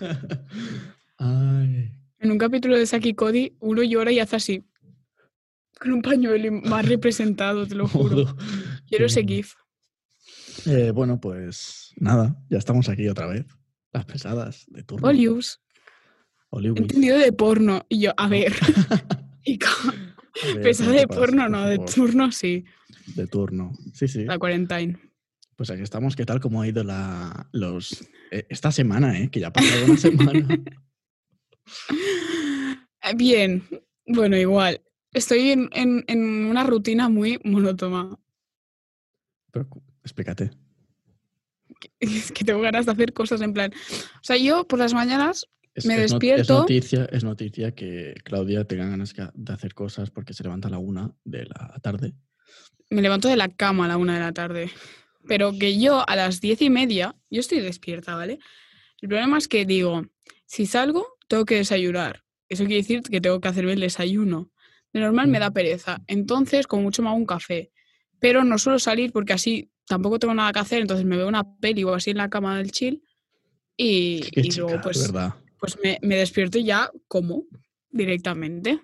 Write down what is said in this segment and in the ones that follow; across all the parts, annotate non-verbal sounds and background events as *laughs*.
*laughs* Ay. En un capítulo de Saki Cody, uno llora y hace así. Con un pañuelo y más representado, *laughs* te lo juro. Jodo. Quiero ese Qué GIF. Eh, bueno, pues nada, ya estamos aquí otra vez. Las pesadas de turno. Olius, Olius. he entendido de porno. Y yo, a ver. *laughs* y con- A ver, pesada no te de pases, porno, por no, de favor. turno sí. De turno. Sí, sí. La cuarentena. Pues aquí estamos. ¿Qué tal? ¿Cómo ha ido la, los, eh, esta semana, eh? Que ya ha pasado una *laughs* semana. Eh, Bien, bueno, igual. Estoy en, en- en una rutina muy monótona. *laughs* Pero cu- explícate. Es que tengo ganas de hacer cosas en plan. O sea, yo por las mañanas, Es, Me es not- Es despierto. noticia, es noticia que Claudia tenga ganas ca- de hacer cosas porque se levanta a la una de la tarde. me levanto de la cama a la una de la tarde. Pero que yo a las diez y media, yo estoy despierta, ¿vale? El problema es que digo, si salgo, tengo que desayunar. Eso quiere decir que tengo que hacerme el desayuno. De normal Mm. me da pereza. Entonces, como mucho me hago un café. Pero no suelo salir porque así tampoco tengo nada que hacer. Entonces me veo una peli o así en la cama del chill. Y, Qué y chica, luego de pues, verdad. pues me, me despierto y ya como directamente.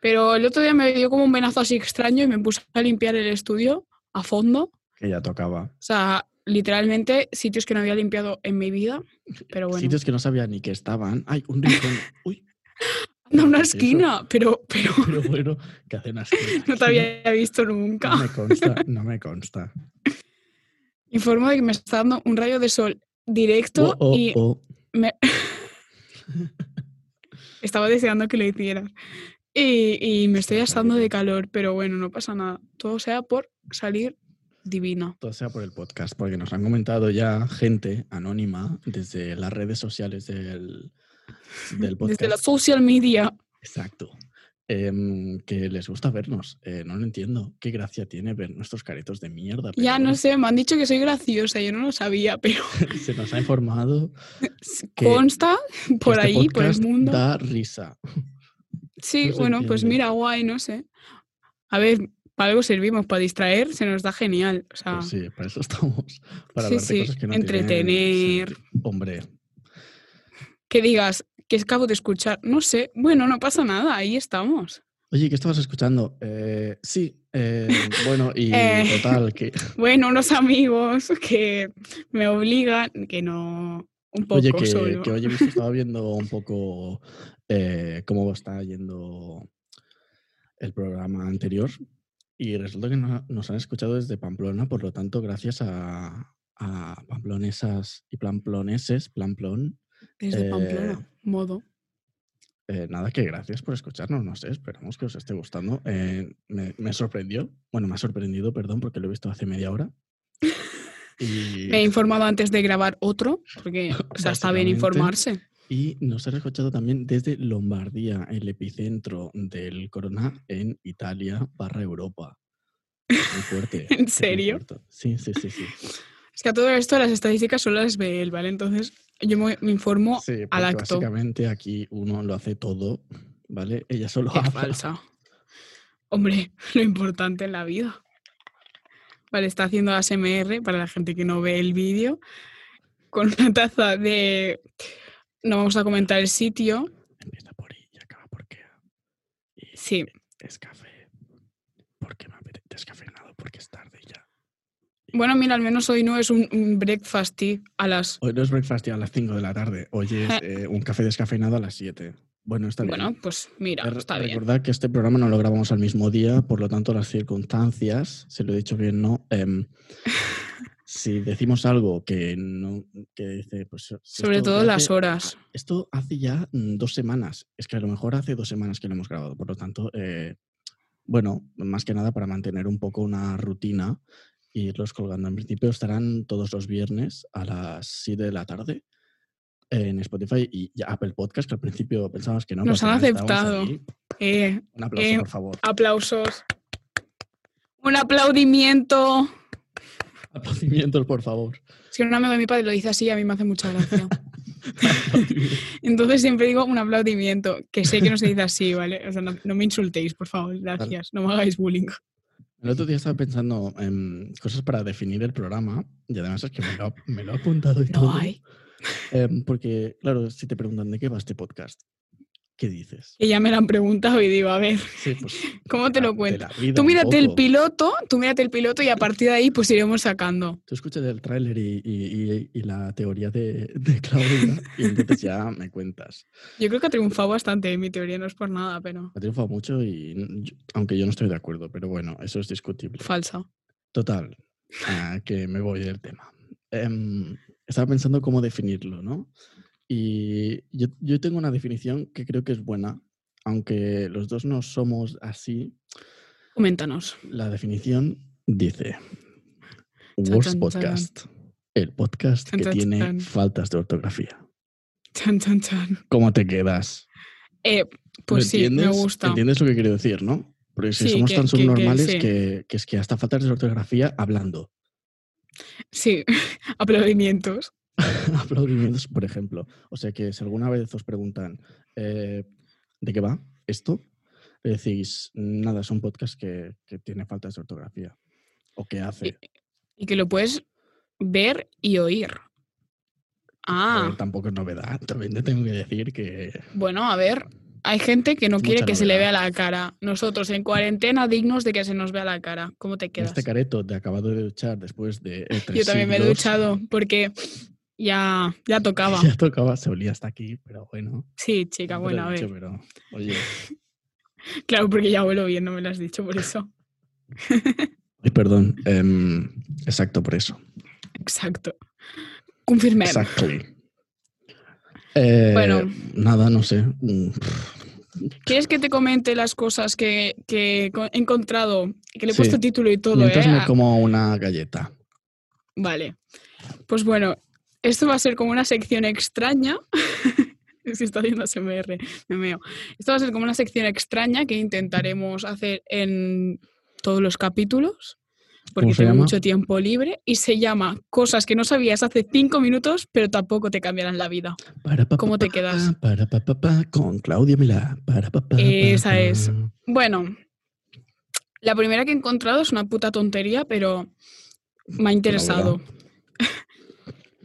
Pero el otro día me dio como un venazo así extraño y me puse a limpiar el estudio a fondo. O Que ya tocaba. sea, literalmente sitios que no había limpiado en mi vida. Pero bueno. Sitios que no sabía ni que estaban. Ay, un *laughs* rincón. Uy, Anda, una ¿qué es eso? esquina, pero, pero *laughs* Pero bueno, que hacen así. no te había visto *laughs* No nunca. me consta, no me consta. Informo de que me está dando un rayo de sol directo Oh, oh, y oh. estaba deseando que lo hicieras. Y, y me estoy Está asando de terrible. calor, pero bueno, no pasa nada. Todo sea por salir divina. Todo sea por el podcast, porque nos han comentado ya gente anónima desde las redes sociales del, del podcast. *laughs* Desde la social media. Exacto. Em, que les gusta vernos. Eh, no lo entiendo. Qué gracia tiene ver nuestros caritos de mierda. pero Ya no bueno, sé, me han dicho que soy graciosa, yo no lo sabía, *laughs* pero *laughs* Se nos ha informado que consta *laughs* por este ahí, por el podcast mundo. Da risa. sí, no se bueno, pues entiende. mira, guay, no sé. A ver, para algo servimos, para distraer, se nos da genial. O sea, Pues sí, para eso *laughs* estamos. Para Ah. hablar Sí, de sí, cosas que no entretener. tienen sentido. Hombre, que digas que acabo de escuchar, no sé, bueno, no pasa nada, ahí estamos. Oye, ¿qué estabas escuchando? Eh, sí, *laughs* eh, bueno, y Eh. total, *laughs* que, *laughs* Bueno, unos amigos *laughs* que me obligan, que no, un poco oye, que, solo. que hoy he visto, *laughs* estaba viendo un poco eh, cómo está yendo el programa anterior y resulta que no- nos han escuchado desde Pamplona, por lo tanto, gracias a, a pamplonesas y pamploneses, Plamplón, Desde eh, Pamplona, modo. eh, nada que gracias por escucharnos, no sé, esperamos que os esté gustando. Eh, me, me sorprendió, bueno, me ha sorprendido, perdón, porque lo he visto hace media hora. Y... Me he informado antes de grabar otro, porque o sea, está bien Básicamente, informarse. Y nos han escuchado también desde Lombardía, el epicentro del corona en Italia barra Europa. Muy fuerte. *laughs* ¿En es muy serio? fuerte. Sí, sí, sí, sí. Es que a todo esto las estadísticas solo las ve él, ¿vale? Entonces yo me, *laughs* me informo Sí, al porque ¡Oh! acto. básicamente aquí uno lo hace todo, ¿vale? Ella solo Qué habla. falsa. Hombre, *laughs* lo importante en la vida. Vale, está haciendo ASMR para la gente que no ve el vídeo. Con una taza de. No vamos a comentar el sitio. Empieza por I y acaba por K. Y Sí, es café. Porque me apetece descafeinado, porque es tarde ya. bueno, mira, al menos hoy no es un, un breakfast tea a las. Hoy no es breakfast ya a las 5 de la tarde. Hoy es *laughs* eh, un café descafeinado a las 7. Bueno, está bien. Bueno, pues mira, Re- está bien. Recordad que este programa no lo grabamos al mismo día, por lo tanto las circunstancias, si lo he dicho bien, no. *laughs* em, si decimos algo que no, que dice, pues, si Sobre esto todo ya las hace- horas. Esto hace ya mm, dos semanas, es que a lo mejor hace dos semanas que lo hemos grabado, por lo tanto, eh, bueno, más que nada para mantener un poco una rutina e irlos colgando. En principio estarán todos los viernes a las 7 de la tarde en Spotify y y Apple Podcast, que al principio pensábamos que no. pero Nos al han final estábamos aceptado. ahí. Eh, Un aplauso, Eh, por favor. aplausos. Un aplaudimiento. Aplaudimientos, por favor. Es que un amigo de mi padre lo dice así y a mí me hace *laughs* mucha gracia. Aplaudimientos. Entonces siempre digo un aplaudimiento, que sé que no se dice así, ¿vale? O sea, no, no me insultéis, por favor, gracias, no me hagáis bullying. El otro día estaba pensando en cosas para definir el programa y además es que me lo, ha- me lo he apuntado y todo. *laughs* No hay. Em, porque, claro, si te preguntan de qué va este podcast, ¿qué dices? Que ya me la han preguntado y digo, a ver, Sí, *laughs* pues, ¿cómo te de la- lo de cuento? la vida Tú un mírate el poco. piloto, tú mírate el piloto y a partir de ahí pues iremos sacando. Tú escuchas el tráiler y, y- y- y la teoría de, *laughs* de Claudia y entonces ya me cuentas. Yo creo que ha triunfado bastante, ¿eh? mi teoría no es por nada, pero Ha triunfado mucho y n- yo- aunque yo no estoy de acuerdo, pero bueno, eso es discutible. falsa. Total, ah, que me voy del tema. Em, estaba pensando cómo definirlo, ¿no? Y yo, yo tengo una definición que creo que es buena, aunque los dos no somos así. *laughs* Coméntanos. La definición dice: Chan, Worst chan, chan. Podcast, el podcast Chan, que chan, tiene chan. faltas de ortografía. Chan, chan, chan. ¿Cómo te quedas? Eh, ¿Lo pues sí, me entiendes? gusta. ¿Entiendes lo que quiero decir, no? Porque si Sí, somos que- tan que- que subnormales que, sí. que es que hasta faltas de ortografía hablando. *laughs* Sí, *laughs* aplaudimientos. Aplaudimientos, por ejemplo. O sea que si alguna vez os preguntan eh, ¿de qué va esto? Le decís, nada, es un podcast que, que tiene faltas de ortografía. ¿O qué hace? Y que lo puedes ver y oír. A Ah, ver, Pues tampoco es novedad. *laughs* También te tengo que decir que bueno, a ver. Hay gente que no Es quiere mucha que se le novedad. vea la cara. Nosotros en cuarentena dignos de que se nos vea la cara. ¿Cómo te quedas? este careto te acabado de duchar después de eh, tres Yo también me he siglos. *laughs* duchado porque ya, ya tocaba. Ya tocaba, se olía hasta aquí, pero bueno. Sí, siempre chica, lo bueno, a he dicho, ver. pero, oye, Claro, *laughs* porque ya vuelo bien, no me lo has dicho por eso. Ay, perdón. em, exacto, por eso. Exacto. Confirmar. Exacto. Eh, Bueno. Nada, no sé. Mm, ¿Quieres que te comente las cosas que, que co- he encontrado? Que le he Sí. puesto título y todo, ¿eh? Mientras me Ah, como una galleta. Vale. Pues bueno, esto va a ser como una sección extraña. *laughs* es que está haciendo SMR, me meo. Esto va a ser como una sección extraña que intentaremos hacer en todos los capítulos. Porque ¿Cómo se tengo llama? mucho tiempo libre y se llama Cosas que no sabías hace cinco minutos, pero tampoco te cambiarán la vida. Para, pa, pa, ¿Cómo te pa, quedas? Eh, Para, pa, pa, pa, con Claudia Milá. Para, pa, pa, pa, Esa es. pa. Bueno, la primera que he encontrado es una puta tontería, pero me ha interesado. *laughs*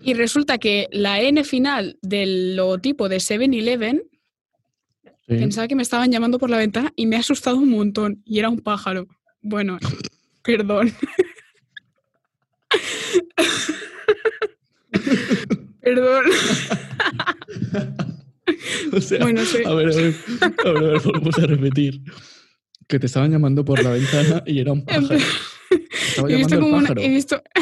y resulta que la N final del logotipo de 7-Eleven, Sí. pensaba que me estaban llamando por la ventana y me ha asustado un montón. Y era un pájaro. *laughs* Bueno, perdón. perdón. *laughs* O sea, Bueno, sí. a ver, a ver, a ver, a ver, volvemos a repetir. Que te estaban llamando por la ventana y era un *laughs* pájaro. En plan, Te Estaba He llamando visto el como una- pájaro. *laughs* He visto. *laughs* el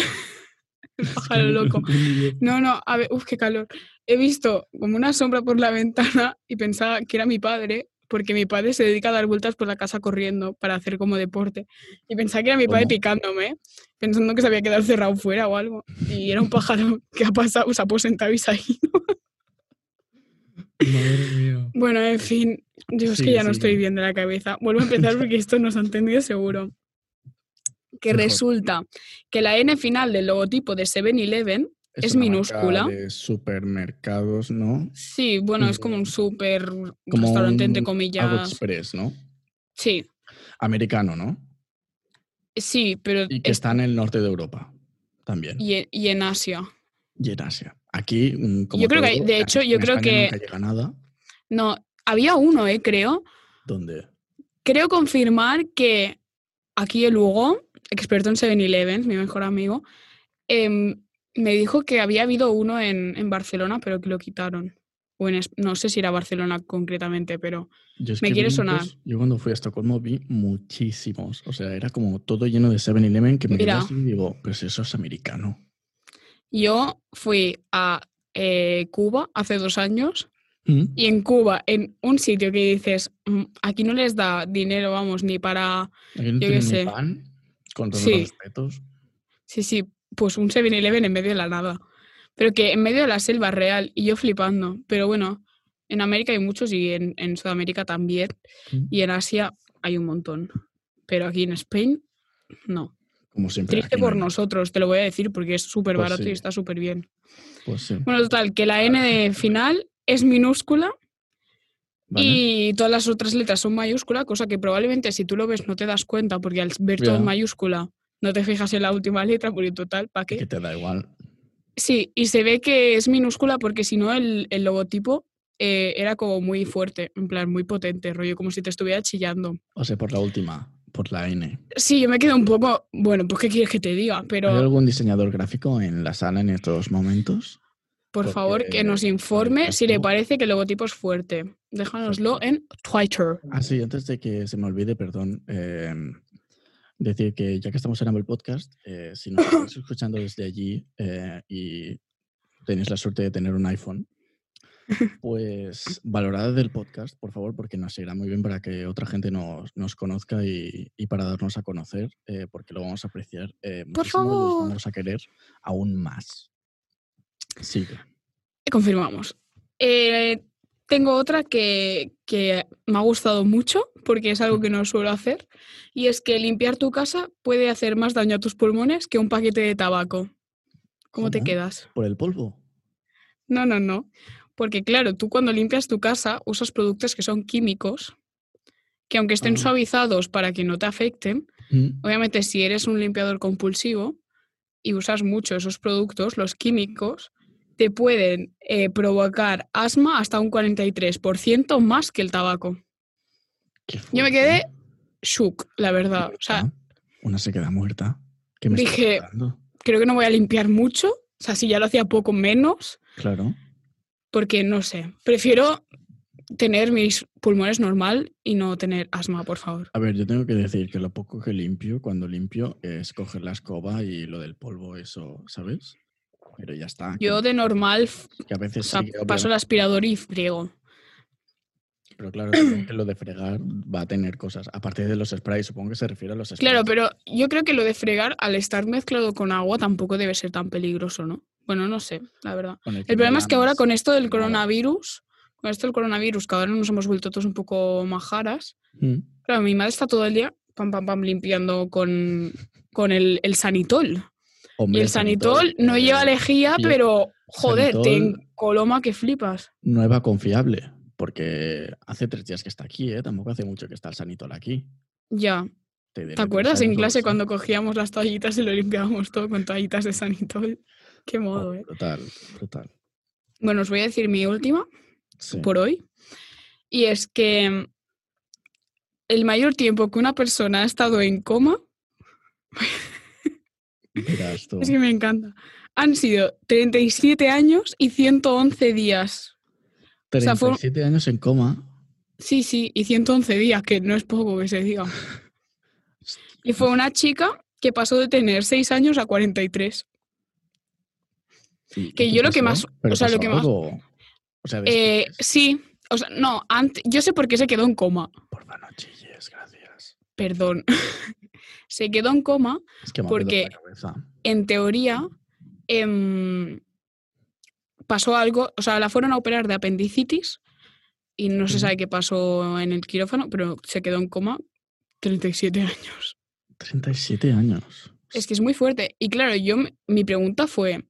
Es que pájaro no- *laughs* loco. no digo- No, no, a ver, uff, qué calor. He visto como una sombra por la *laughs* ventana y pensaba que era mi padre, porque mi padre se dedica a dar vueltas por la casa corriendo para hacer como deporte. Y pensaba que era mi padre ¿Cómo? picándome, pensando que se había quedado cerrado fuera o algo. Y era un pájaro *laughs* que ha pasado, se ha posentado y se ha ido. Madre mía. Bueno, en fin, yo es que Sigue, ya no estoy sigue. bien de la cabeza. Vuelvo a empezar porque esto nos ha entendido seguro. Que Mejor. resulta que la N final del logotipo de 7-Eleven Es una minúscula. marca De supermercados, ¿no? Sí, bueno, es como un súper Mm, Como restaurante, entre un Algo comillas. Express, ¿no? Sí, Americano, ¿no? sí, pero Y que es- está en el norte de Europa también. y e- y en Asia. Y en Asia. Aquí, mm, como Yo creo que, todo, de en- hecho, yo en creo España que- Nunca llega nada. No, había uno, eh, creo. ¿Dónde? Creo confirmar que aquí el Hugo, experto en 7-Eleven, mi mejor amigo, em, me dijo que había habido uno en, en Barcelona, pero que lo quitaron. O en, es- no sé si era Barcelona concretamente, pero Yo es Me que quiere vi sonar. muchos- yo cuando fui a Estocolmo vi muchísimos. O sea, era como todo lleno de 7-Eleven que me quedé Mira. así y digo, pues eso es americano. yo fui a eh, Cuba hace dos años ¿Mm? Y en Cuba, en un sitio que dices, "Mm, aquí no les da dinero, vamos, ni para... Aquí no qué tienen ni sé. pan, con todos Sí. los respetos. Sí, sí, pues un 7-Eleven en medio de la nada. Pero que en medio de la selva real, y yo flipando. Pero bueno, en América hay muchos y en, en Sudamérica también. Mm. Y en Asia hay un montón. Pero aquí en España, no. Como siempre. Triste aquí no por hay nada. nosotros, te lo voy a decir, porque es súper Pues barato sí. y está súper bien. Pues sí. Bueno, total, que la N de final es minúscula ¿vale? Y todas las otras letras son mayúscula, cosa que probablemente si tú lo ves no te das cuenta, porque al ver todo en Ya. mayúscula no te fijas en la última letra, porque total, ¿para qué? Que te da igual. Sí, y se ve que es minúscula porque si no el, el logotipo eh, era como muy fuerte, en plan muy potente, rollo como si te estuviera chillando. O sea, por la última, por la N. Sí, yo me quedo un poco, bueno, pues qué quieres que te diga, ¿Hay pero algún diseñador gráfico en la sala en estos momentos? por favor que porque nos el informe si le logotipo- parece que el logotipo es fuerte. Déjanoslo en Twitter. Ah, sí, antes de que se me olvide, perdón, eh, decir que ya que estamos en Apple Podcast, eh, si *coughs* nos estáis escuchando desde allí eh, y tenéis la suerte de tener un *laughs* iPhone, pues valorad el podcast, por favor, porque nos irá muy bien para que otra gente nos, nos conozca y, y para darnos a conocer, eh, porque lo vamos a apreciar eh, muchísimo y Por los favor. vamos a querer aún más. Sigue. Confirmamos. Eh, tengo otra que, que me ha gustado mucho porque es algo que no suelo hacer y es que limpiar tu casa puede hacer más daño a tus pulmones que un paquete de tabaco. ¿Cómo te ¿Cómo? quedas? ¿Por el polvo? No, no, no. Porque claro, tú cuando limpias tu casa usas productos que son químicos, que aunque estén Ah. suavizados para que no te afecten, Mm, obviamente si eres un limpiador compulsivo y usas mucho esos productos, los químicos, te pueden eh, provocar asma hasta un 43% más que el tabaco. qué Yo me fuerte. ¿eh? quedé shook, la verdad. O sea, muerta. una se queda muerta. ¿Qué me estás dije- contando? creo que no voy a limpiar mucho. O sea, si ya lo hacía poco menos, Claro. porque no sé. Prefiero tener mis pulmones normal y no tener asma, por favor. A ver, yo tengo que decir que lo poco que limpio, cuando limpio, es coger la escoba y lo del polvo, eso, ¿sabes? Pero ya está. que- Yo de normal f- que a o veces sea, sí, obviamente, paso el aspirador y friego. pero claro, supongo que lo de fregar va a tener cosas. Aparte de los sprays, supongo que se refiere a los sprays. Claro, pero yo creo que lo de fregar al estar mezclado con agua tampoco debe ser tan peligroso, ¿no? Bueno, no sé, la verdad. Con El problema es que ahora con el... esto del nada. coronavirus, con esto del coronavirus, que ahora nos hemos vuelto todos un poco majaras, que me da más- Mm, claro, mi madre está todo el día pam, pam, pam, limpiando con, con el, el sanitol. Y hombre, el sanitol no eh, lleva lejía, y es- pero joder, te Sanitol- coloma que flipas. Nueva confiable, porque hace tres días que está aquí, ¿eh? Tampoco hace mucho que está el sanitol aquí. Ya. diré ¿Te tres acuerdas en años o clase así. cuando cogíamos las toallitas y lo limpiábamos todo con toallitas de sanitol? Qué Oh, modo, ¿eh? Brutal, brutal. Bueno, os voy a decir mi última Sí. por hoy. Y es que mm, el mayor tiempo que una persona ha estado en coma, Verás *laughs* tú. es que me encanta, han sido 37 años y 111 días. o sea, fue- 37 años en coma. Sí, sí, y 111 días, que no es poco que se diga. Y fue una chica que pasó de tener 6 años a 43. ¿Y- y que qué yo lo que más- ¿Pero o sea, lo pasó que más- algo? O sea, Eh, después- sí, o sea, no, ante- yo sé por qué se quedó en coma. Porfa, no chilles, gracias. Perdón. *laughs* se quedó en coma Es que me ha Porque- petado la cabeza. en teoría, em, pasó algo, o sea, la fueron a operar de apendicitis y no se Ujú. sabe qué pasó en el quirófano, pero se quedó en coma 37 años. 37 años. Es que es muy fuerte. Y claro, yo me- mi pregunta fue,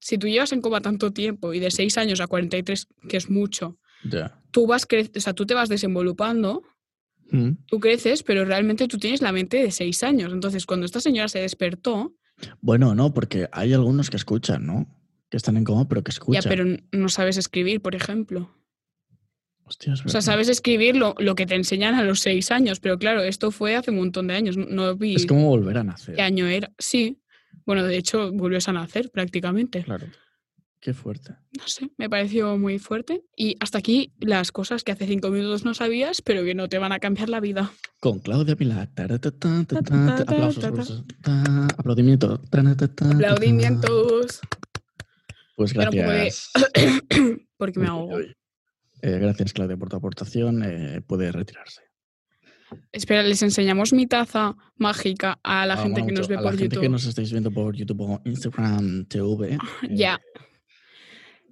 si tú llevas en coma tanto tiempo y de 6 años a 43, que es mucho, Ya. tú vas cre- o sea, tú te vas desenvolupando, Mm. tú creces, pero realmente tú tienes la mente de 6 años. Entonces, cuando esta señora se despertó, Bueno, no, porque hay algunos que escuchan, ¿no? Que están en coma, pero que escuchan. ya pero n- no sabes escribir, por ejemplo. Hostia, es O sea, verdad. sabes escribir lo, lo que te enseñan a los seis años, pero claro, esto fue hace un montón de años. no- No vi Es como volver a nacer. qué año era. Sí. Bueno, de hecho, volvió a nacer prácticamente. Claro. Qué fuerte. No sé, me pareció muy fuerte. Y hasta aquí las cosas que hace cinco minutos no sabías, pero que no te van a cambiar la *laughs* vida. Con Claudia Pilar. Taratata, Ta, ta, tatata, ta, ta, Aplausos, ta. aplausos. Ta, Aplaudimiento. Taratata, tatata. Aplaudimientos. Pues Era un poco de- gracias. Porque me Uy, ahogo. uy. Eh, gracias, Claudia, por tu aportación. Eh, puede retirarse. Espera, les enseñamos mi taza mágica a la Ah, gente mola que nos mucho. ve A la por gente YouTube. Ah, que nos estáis viendo por YouTube o Instagram TV. eh, Ya.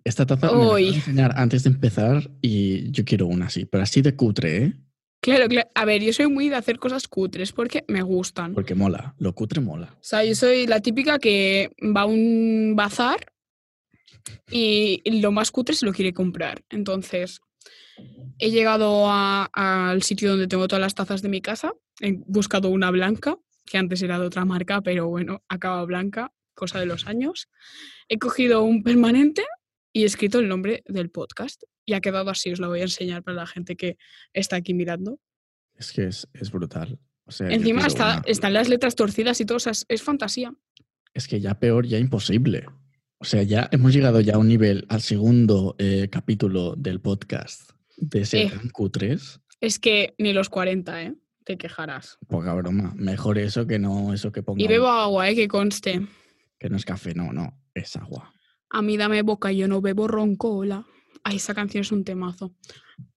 Esta taza me la acaban de Uy. enseñar antes de empezar y yo quiero una así, pero así de cutre, ¿eh? Claro, claro. A ver, yo soy muy de hacer cosas cutres porque me gustan. Porque mola. Lo cutre mola. O sea, yo soy la típica que va a un bazar y lo más cutre se lo quiere comprar. Entonces, He llegado a- al sitio donde tengo todas las tazas de mi casa. He buscado una blanca, que antes era de otra marca, pero bueno, acaba blanca, cosa de los años. He cogido un permanente y he escrito el nombre del podcast. Y ha quedado así, os la voy a enseñar para la gente que está aquí mirando. Es que es, es brutal. O sea, Eh, yo Encima quiero está- una. están las letras torcidas y todo, o sea, es, es fantasía. Es que ya peor, ya imposible. O sea, ya hemos llegado ya a un nivel, al segundo eh, capítulo del podcast de ese Eh. tan cutres. Es que ni los 40, ¿eh? Te quejarás. Poca broma. Mejor eso que no eso que ponga Y bebo agua, ¿eh? Que conste. que no es café, no, no, es agua. A mí dame boca, yo no bebo roncola. Ay, esa canción es un temazo.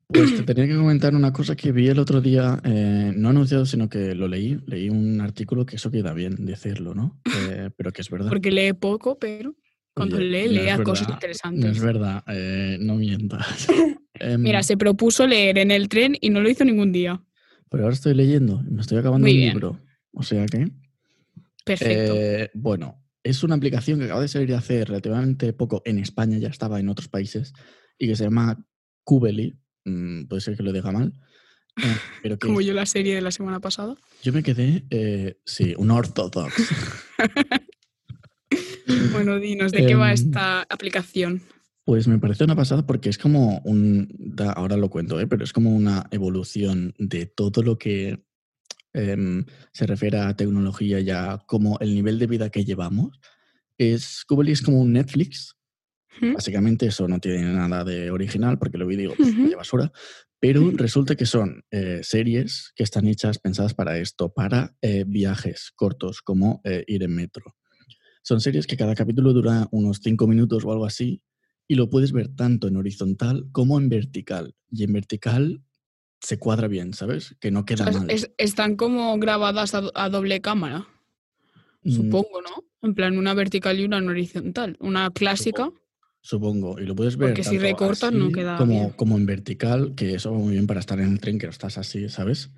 Pues te tenía que comentar una cosa que vi el otro día, eh, no anunciado, sino que lo leí. Leí un artículo que eso queda bien decirlo, *laughs* ¿no? Eh, pero que es verdad. Porque lee poco, pero cuando Oye, lee, no es lea cosas verdad, interesantes. No es verdad, eh, no mientas. Em, *laughs* Mira, se propuso leer en el tren y no lo hizo ningún día. Pero ahora estoy leyendo, y me estoy acabando Muy un bien. libro. O sea que. Perfecto. eh, bueno, es una aplicación que acaba de salir hace relativamente poco en España, ya estaba en otros países, y que se llama Kubeli. mm, puede ser que lo diga mal. *laughs* eh, pero que *laughs* Como yo la serie de la *laughs* semana pasada. yo me quedé, eh, sí, un ortodox. Bueno, dinos, ¿de qué va Em, esta aplicación? Pues me parece una pasada porque es como un. da- Ahora lo cuento, ¿eh? pero es como una evolución de todo lo que em, se refiere a tecnología ya, como el nivel de vida que llevamos. Es, Kubeli es como un Netflix. ¿Mm? Básicamente, eso no tiene nada de original porque lo vi y digo, pues, Ujú. vaya basura. Pero resulta que son eh, series que están hechas, pensadas para esto, para eh, viajes cortos, como eh, ir en metro. Son series que cada capítulo dura unos 5 minutos o algo así, y lo puedes ver tanto en horizontal como en vertical. Y en vertical se cuadra bien, ¿sabes? Que no queda Es- mal. Pues es- están como grabadas a, do- a doble cámara, Mm, supongo, ¿no? En plan, una vertical y una en horizontal. Una clásica. Supongo, y lo puedes ver. Porque si tanto recortas no así queda bien. como, como en vertical, que eso va muy bien para estar en el tren, que no estás así, ¿sabes?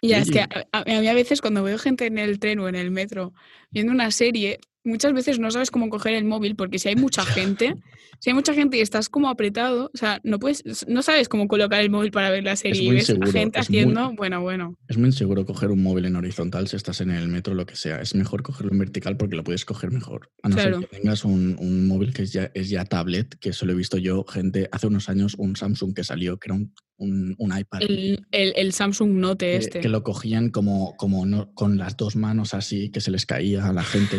Ya, es que Oye. a, a- a mí a veces cuando veo gente en el tren o en el metro viendo una serie, muchas veces no sabes cómo coger el móvil *laughs* porque si hay mucha gente, si hay mucha gente y estás como apretado, o sea, no puedes, s- no sabes cómo colocar el móvil para ver la serie y muy ves inseguro, a gente es muy- haciendo, bueno, bueno, Es muy inseguro coger un móvil en horizontal si estás en el metro o lo que sea. Es mejor cogerlo en vertical porque lo puedes coger mejor. A no Claro. ser que tengas un, un móvil que es ya, es ya tablet, que eso lo he visto yo, gente, hace unos años un Samsung que salió, que era un, un- un iPad, el, el- el Samsung Note Ah. que, este. que lo cogían como, como no- con las dos manos así, que se les caía a la gente.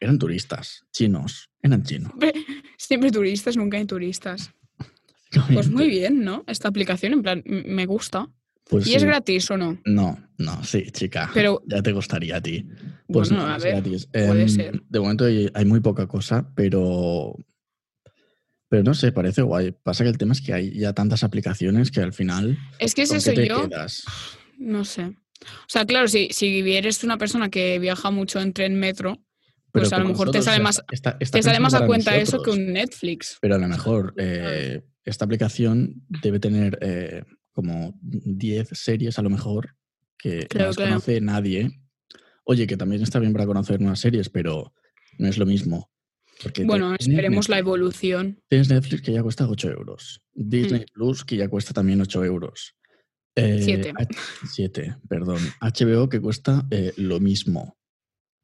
Eran turistas, chinos, eran chinos. *laughs* Siempre, siempre turistas, nunca hay *laughs* turistas. Pues muy bien, ¿no? Esta aplicación, en plan, m- me gusta. Pues ¿Y es sí. gratis o no? No, no, sí, chica. Pero- ya te gustaría a ti. Pues bueno, no, a es ver. gratis. puede Em, ser. De momento hay, hay muy poca cosa, pero. Pero no sé, parece guay. Pasa que el tema es que hay ya tantas aplicaciones que al final. Es que es ¿con eso, qué te yo quedas? No sé. O sea, claro, si, si eres una persona que viaja mucho en tren metro, pues a lo como mejor te nosotros, sale o sea, más- está- está te sale pensado más a para cuenta eso que nosotros, un Netflix. Pero a lo *laughs* mejor eh, esta aplicación debe tener eh, como 10 series, a lo mejor, que no Claro, las claro. conoce nadie. Oye, que también está bien para conocer nuevas series, pero no es lo mismo. Porque te- Bueno, tienes esperemos la Netflix, evolución. Tienes Netflix que ya cuesta 8 euros. Disney Plus que ya cuesta también 8 euros. Siete. 7, perdón. HBO que cuesta eh, lo mismo.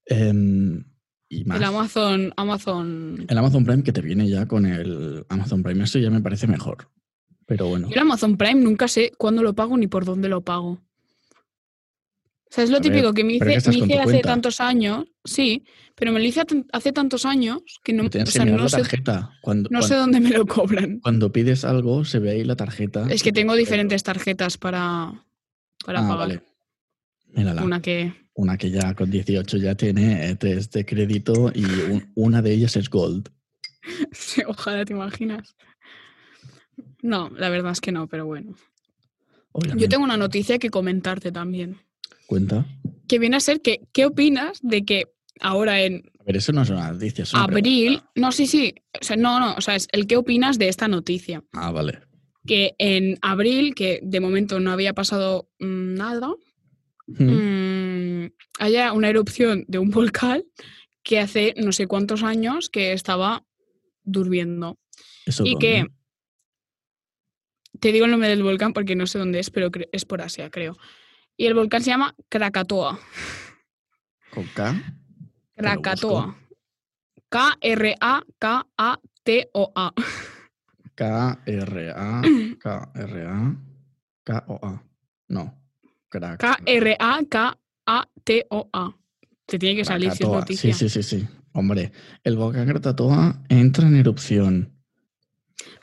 Em, y más. El Amazon, Amazon. El Amazon Prime que te viene ya con el Amazon Prime. Eso ya me parece mejor. Pero bueno. Yo el Amazon Prime nunca sé cuándo lo pago ni por dónde lo pago. O sea, es lo A ver, típico que me pero es que hice, estás me con hice tu hace cuenta. tantos años, sí, pero me lo hice hace- hace tantos años que no, Pero tienes o sea, que mirar no la sé, tarjeta. Cuando, no cuan- sé cuando, dónde me lo cobran. pides algo, se ve ahí la tarjeta. Es que tengo diferentes tarjetas para, para Ah, pagar. vale. Mírala. Una que Una que ya con 18 ya tiene eh, tres de crédito y un- una de ellas es Gold. Sí, *laughs* ojalá te imaginas. No, la verdad es que no, pero bueno. Obviamente. Yo tengo una noticia que comentarte también. Cuenta. Que viene a ser que, ¿qué opinas de que ahora en A ver, eso no es una noticia. Ah, es una abril. pregunta. No, sí, sí. O sea, no, no. O sea, es el qué opinas de esta noticia. Ah, vale. Que en abril, que de momento no había pasado mm, nada, Mm, mm, haya una erupción de un *laughs* volcán que hace no sé cuántos años que estaba durmiendo. *laughs* Eso y dónde? que Te digo el nombre del volcán porque no sé dónde es, pero cre- es por Asia, creo. Y el volcán se llama Krakatoa. Con K. Te lo busco. Krakatoa. K-R-A-K-A-T-O-A. K-R-A. K-R-A. K-O-A. No. Crack. K-R-A-K-A-T-O-A. Te tiene que salir si es Krakatoa. noticia. Sí, sí, sí, sí. Hombre, el volcán Krakatoa entra en erupción.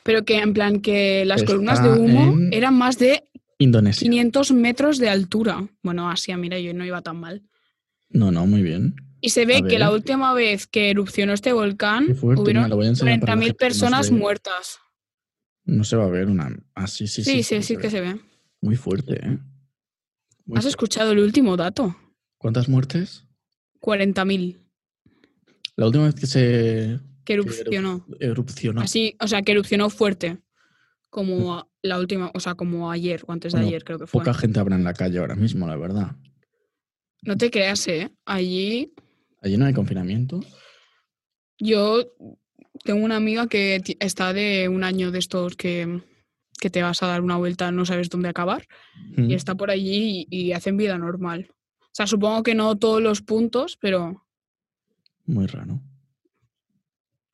Pero que en plan que las Está columnas de humo en- eran más de Indonesia. 500 metros de altura. Bueno, Asia, mira, yo no iba tan mal. No, no, muy bien. Y se A ve ver. que la última vez que erupcionó este volcán Qué fuerte. mira, hubieron lo voy a enseñar para la 40.000 gente que no se personas ve. muertas. No se va a ver una. Ah, sí, sí, Sí, sí. sí, sí, que se ve. Muy fuerte, ¿eh? Muy ¿Has fu- escuchado el último dato? ¿Cuántas muertes? 40.000 La última vez que se que erupcionó. erupcionó. Así, o sea, que erupcionó fuerte. Como a- la última, o sea, como ayer o antes de Mm. Bueno, ayer creo que fue. Poca gente habrá en la calle ahora mismo, la verdad. No te creas, ¿eh? Allí Allí no hay confinamiento. yo tengo una amiga que ti- está de un año de estos que, que te vas a dar una vuelta, no sabes dónde acabar. Mm. y está por allí y, y hacen vida normal. O sea, supongo que no todos los puntos, pero... Muy raro.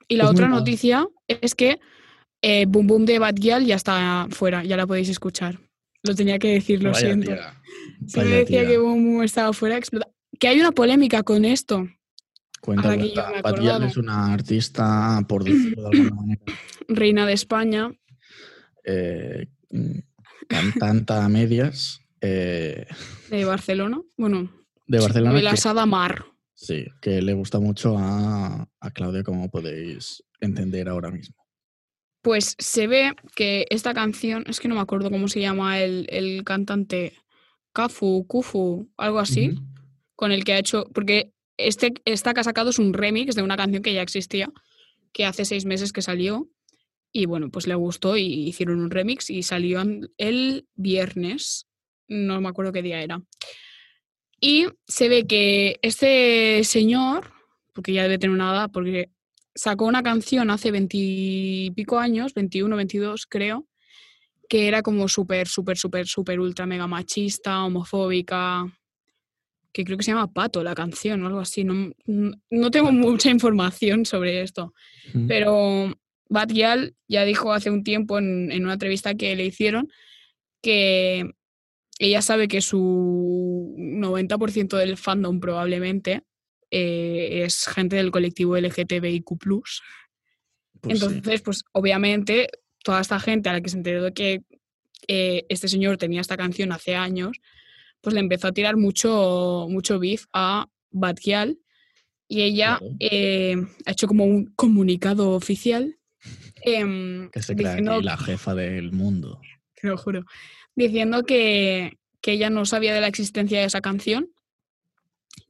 Y la Pues muy otra mal. noticia es que eh, Boom Boom de Bad Gyal ya está fuera, ya la podéis escuchar. Lo tenía que decir, lo Vaya siento. tía, Si me vaya decía tía. que Boom Boom estaba fuera, explota. Que hay una polémica con esto. Cuenta, ahora que yo cuenta. me he Bad Gyal acordado. es una artista, por decirlo de alguna manera, Reina de España, eh, mm, tan- tanta a medias eh, de Barcelona. Bueno, de Barcelona. de que- la Sada Mar. Sí, que le gusta mucho a, a Claudia, como podéis entender ahora mismo. Pues se ve que esta canción, es que no me acuerdo cómo se llama el, el cantante, Kafu, Kufu, algo así. Ujú. con el que ha hecho, porque este, esta que ha sacado es un remix de una canción que ya existía, que hace seis meses que salió, y bueno, pues le gustó y hicieron un remix y salió an- el viernes, no me acuerdo qué día era. Y se ve que este señor, porque ya debe tener una edad, porque sacó una canción hace veintipico años, 21, 22 creo, que era como súper, súper, súper, súper, ultra, mega machista, homofóbica, que creo que se llama Pato la canción o algo así. No, no- no tengo mucha información sobre esto. Ujú. Pero Bad Gyal ya dijo hace un tiempo en, en una entrevista que le hicieron que ella sabe que su 90% del fandom probablemente eh, es gente del colectivo LGTBIQ. Pues sí. Entonces, pues obviamente toda esta gente a la que se enteró de que eh, este señor tenía esta canción hace años, pues le empezó a tirar mucho, mucho beef a Bad Gyal y ella Claro. eh, ha hecho como un comunicado oficial em, que se crea aquí diciendo la jefa del mundo. te lo juro. Diciendo que, que ella no sabía de la existencia de esa canción.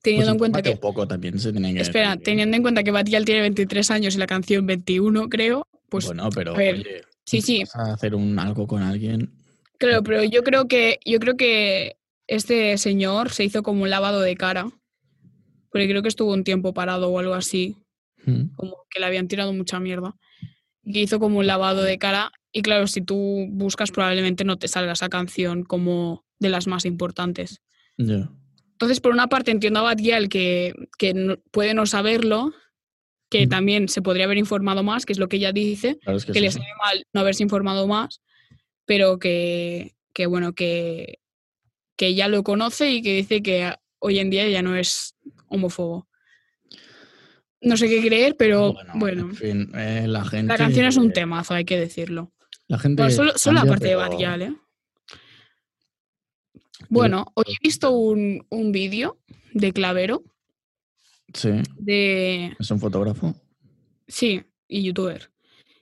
Teniendo Pues en cuenta infórmate que. un poco también se tiene que Espera, decir. teniendo en cuenta que Batial tiene 23 años y la canción 21, creo. Pues bueno, pero a ver, oye, si sí, sí. vas a hacer un algo con alguien. Claro, pero yo creo que yo creo que este señor se hizo como un lavado de cara. Porque creo que estuvo un tiempo parado o algo así. mm, como que le habían tirado mucha mierda. Y que hizo como un lavado de cara. Y claro, si tú buscas, probablemente no te salga esa canción como de las más importantes. ya. Entonces, por una parte, entiendo a Batgirl que, que no- puede no saberlo, que Mm. también se podría haber informado más, que es lo que ella dice, Claro, es que que le sí. sabe mal no haberse informado más, pero que, que bueno, que, que ella lo conoce y que dice que a- hoy en día ya no es homófobo. No sé qué creer, pero Bueno, bueno. en fin, eh, la gente. eh, La canción es un temazo, hay que decirlo. La gente Bueno, solo, solo la cambia, parte de pero- Bad Gyal, ¿eh? Bueno, hoy he visto un, un vídeo de Clavero, Sí, de... es un fotógrafo. Hmm, Sí, y youtuber,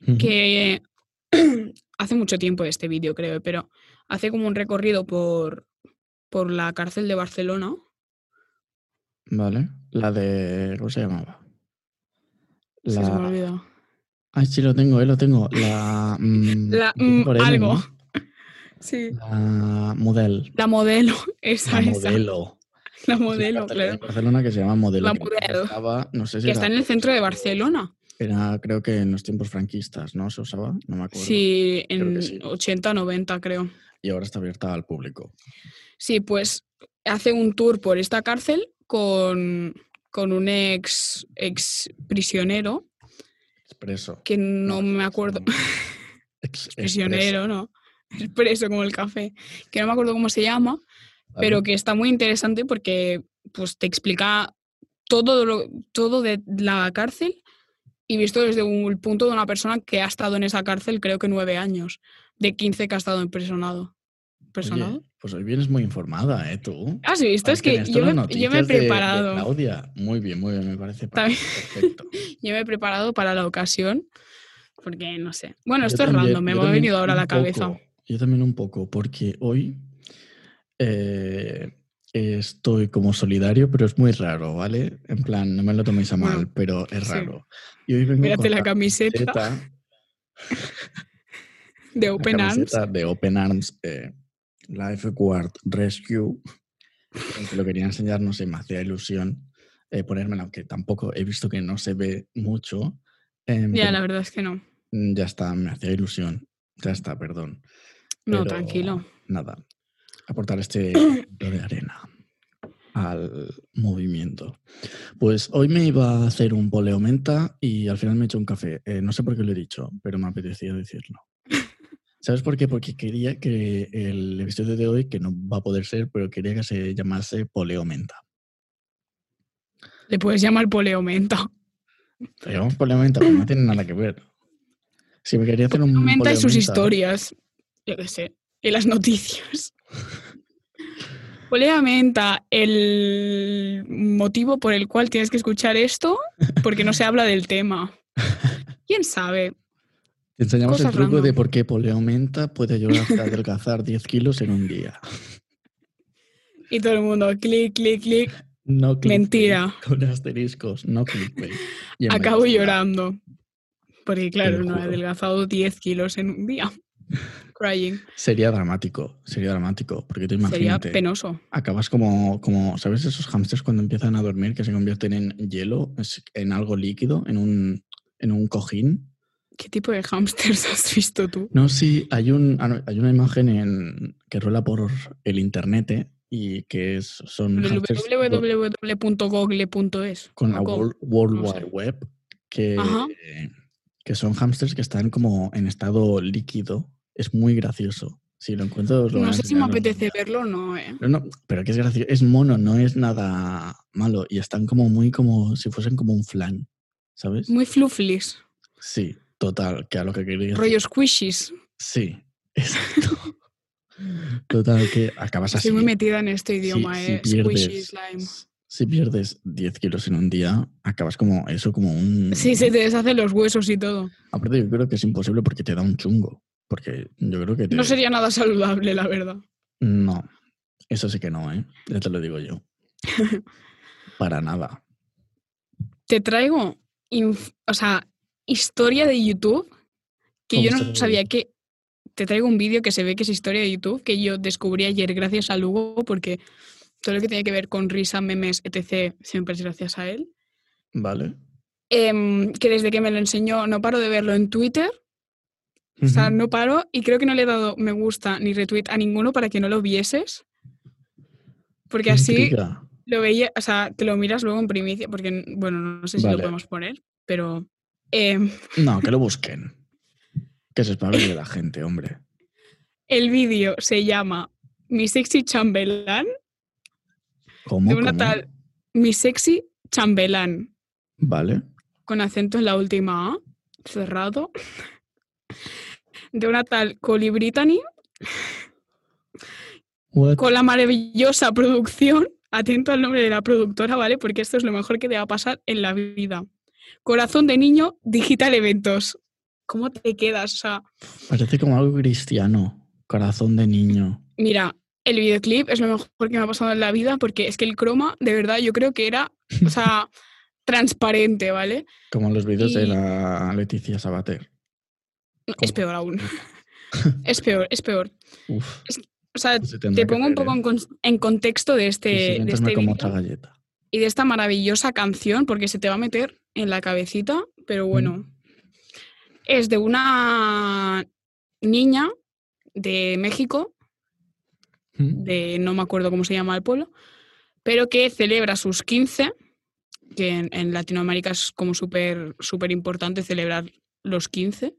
Ujú. que *clears throat* hace mucho tiempo este vídeo, creo, pero hace como un recorrido por, por la cárcel de Barcelona. Vale. La de. ¿Cómo se llamaba? Es que se me La- olvida. Ay, sí, lo tengo, eh, lo tengo. La. mm, *laughs* La, empieza mm, por M, algo. ¿no? Sí. La model. La modelo, *laughs* esa, La esa. modelo. ¿eh? La Es una modelo, cárcel que hay claro. en Barcelona que se llama Modelo. La que Modelo. estaba- no sé si Que era está en el centro de Barcelona. Era, creo que en los tiempos franquistas, ¿no? Se usaba, no me acuerdo. Sí, Pues Creo que en sí. 80, 90 creo. Y ahora está abierta al público. Sí, pues hace un tour por esta cárcel con, con un ex, ex prisionero, Expreso. que no, me expreso, acuerdo, *laughs* no. Ex- expreso, prisionero, ¿no? *laughs* Es preso como el café, que no me acuerdo cómo se llama, ¿vale? pero que está muy interesante porque pues, te explica todo, lo- todo de la cárcel y visto desde un punto de una persona que ha estado en esa cárcel creo que nueve años, de 15 que ha estado impresionado. ¿Personado? Oye, pues hoy vienes muy informada, ¿eh? Tú. ¿Has visto? Es que Tienes yo todas me, las yo me he noticias de- de preparado. Claudia, muy bien, muy bien, me parece Está bien. *laughs* perfecto. Yo me he preparado para la ocasión, porque no sé. Bueno, Yo esto es también- random, me yo ha también venido ahora a un la cabeza. poco, yo también un poco, porque hoy eh, estoy como solidario, pero es muy raro, ¿vale? En plan, no me lo toméis a mal, Bueno, pero es sí. raro. Y hoy vengo Mírate con la la camiseta camiseta, de la Open Arms. camiseta de Open Arms eh, Lifeguard Rescue, que lo quería enseñar, no sé, me hacía ilusión eh, ponérmela, aunque tampoco he visto que no se ve mucho. eh, Ya, pero la verdad es que no. Mm, Ya está, me hacía ilusión. Ya está, perdón. No, Pero tranquilo. Nada. Aportar *clears throat* este granito de arena al movimiento. Pues hoy me iba a hacer un poleo menta y al final me he hecho un café. Eh, no sé por qué lo he dicho, pero me apetecía decirlo. *laughs* ¿Sabes por qué? Porque quería que el episodio de hoy, que no va a poder ser, pero quería que se llamase poleo menta. Le puedes llamar poleomenta. Le *clears throat* llamamos poleo menta, pero no tiene nada que ver. Si me quería hacer un Menta y poleo sus menta- historias. Yo qué sé. Y las noticias. *laughs* Poleomenta, el motivo por el cual tienes que escuchar esto, porque no se habla del tema. ¿Quién sabe? Te enseñamos el Cosas truco de random. por qué Poleomenta puede ayudar *laughs* a adelgazar 10 kilos en un día. Y todo el mundo, clic, clic, clic, No clickbait, Mentira. *laughs* Con asteriscos, no clickbait. Y en Acabo vez de nada, llorando. Porque claro, lo no he juro. adelgazado 10 kilos en *laughs* un día. Crying. Sería dramático, sería dramático, porque tú Sería imagínate, penoso. acabas como, como, ¿sabes esos hamsters cuando empiezan a dormir que se convierten en hielo, es- en algo líquido, en un, en un cojín? ¿Qué tipo de *laughs* hámsters has visto tú? No, sí, hay, un, ah, hay una imagen en, que rueda por el internet eh, y que es- son hámsters do- www.google.es. con la ¿o cómo? World, World no sé. Wide Web, que, Ajá. que son hamsters que están como en estado líquido. Es muy gracioso. Si lo encuentro, os lo voy No a sé si me enseñar. apetece verlo o no, ¿eh? No, no, pero que es gracioso. Es mono, no es nada malo. Y están como muy como si fuesen como un flan, ¿sabes? Muy fluflis. Sí, total, que a lo que quería decir- Rollo squishies. Sí, *laughs* exacto. total, que acabas así. Estoy muy metida en este Si- idioma, si ¿eh? pierdes- Squishy slime. Si pierdes 10 kilos en un día, acabas como eso, como un... Sí, se te deshacen los huesos y todo. Aparte, yo creo que es imposible porque te da un chungo. Porque yo creo que te. No sería nada saludable, la verdad. No, eso sí que no, ¿eh? Ya te lo digo *laughs* yo. Para nada. te traigo inf- o sea, historia de YouTube que ¿Cómo yo historia no de sabía YouTube? que te traigo un vídeo que se ve que es historia de YouTube que yo descubrí ayer gracias a Lugo porque todo lo que tiene que ver con risa, memes, etc. siempre es gracias a él. ¿Vale? Em, que desde que me lo enseñó no paro de verlo en Twitter, o sea, Ujú. no paro y creo que no le he dado me gusta ni retweet a ninguno para que no lo vieses. Porque Qué así intriga. lo veía, o sea, te lo miras luego en primicia, porque, n- bueno, no sé si Vale. lo podemos poner, pero em, No, que lo busquen. Que se espabile la gente, hombre. el vídeo se llama Mi Sexy Chambelán, ¿Cómo? de una ¿Cómo? tal Mi Sexy Chambelán, Vale. con acento en la última A, cerrado, *laughs* de una tal Coli Brittany, What? con la maravillosa producción, atento al nombre de la productora, ¿vale? Porque esto es lo mejor que te va a pasar en la vida. Corazón de niño, Digital Eventos. ¿Cómo te quedas? O sea, Parece como algo cristiano. Corazón de niño. Mira, el videoclip es lo mejor que me ha pasado en la vida porque es que el croma, de verdad, yo creo que era, *laughs* o sea, transparente, ¿vale? Como los vídeos de Y- la Leticia Sabater. No, Es ¿Cómo? *laughs* peor aún. Es peor, es peor. Uf. O sea, se tendrá te que pongo un hacer, poco ¿eh? en, cons- en contexto de este, Quise de sentarme este como vídeo. otra galleta. y de esta maravillosa canción, porque se te va a meter en la cabecita, pero bueno. Es de una niña de México, Mm. de no me acuerdo cómo se llama el pueblo, pero que celebra sus 15, que en, en Latinoamérica es como súper súper importante celebrar los 15,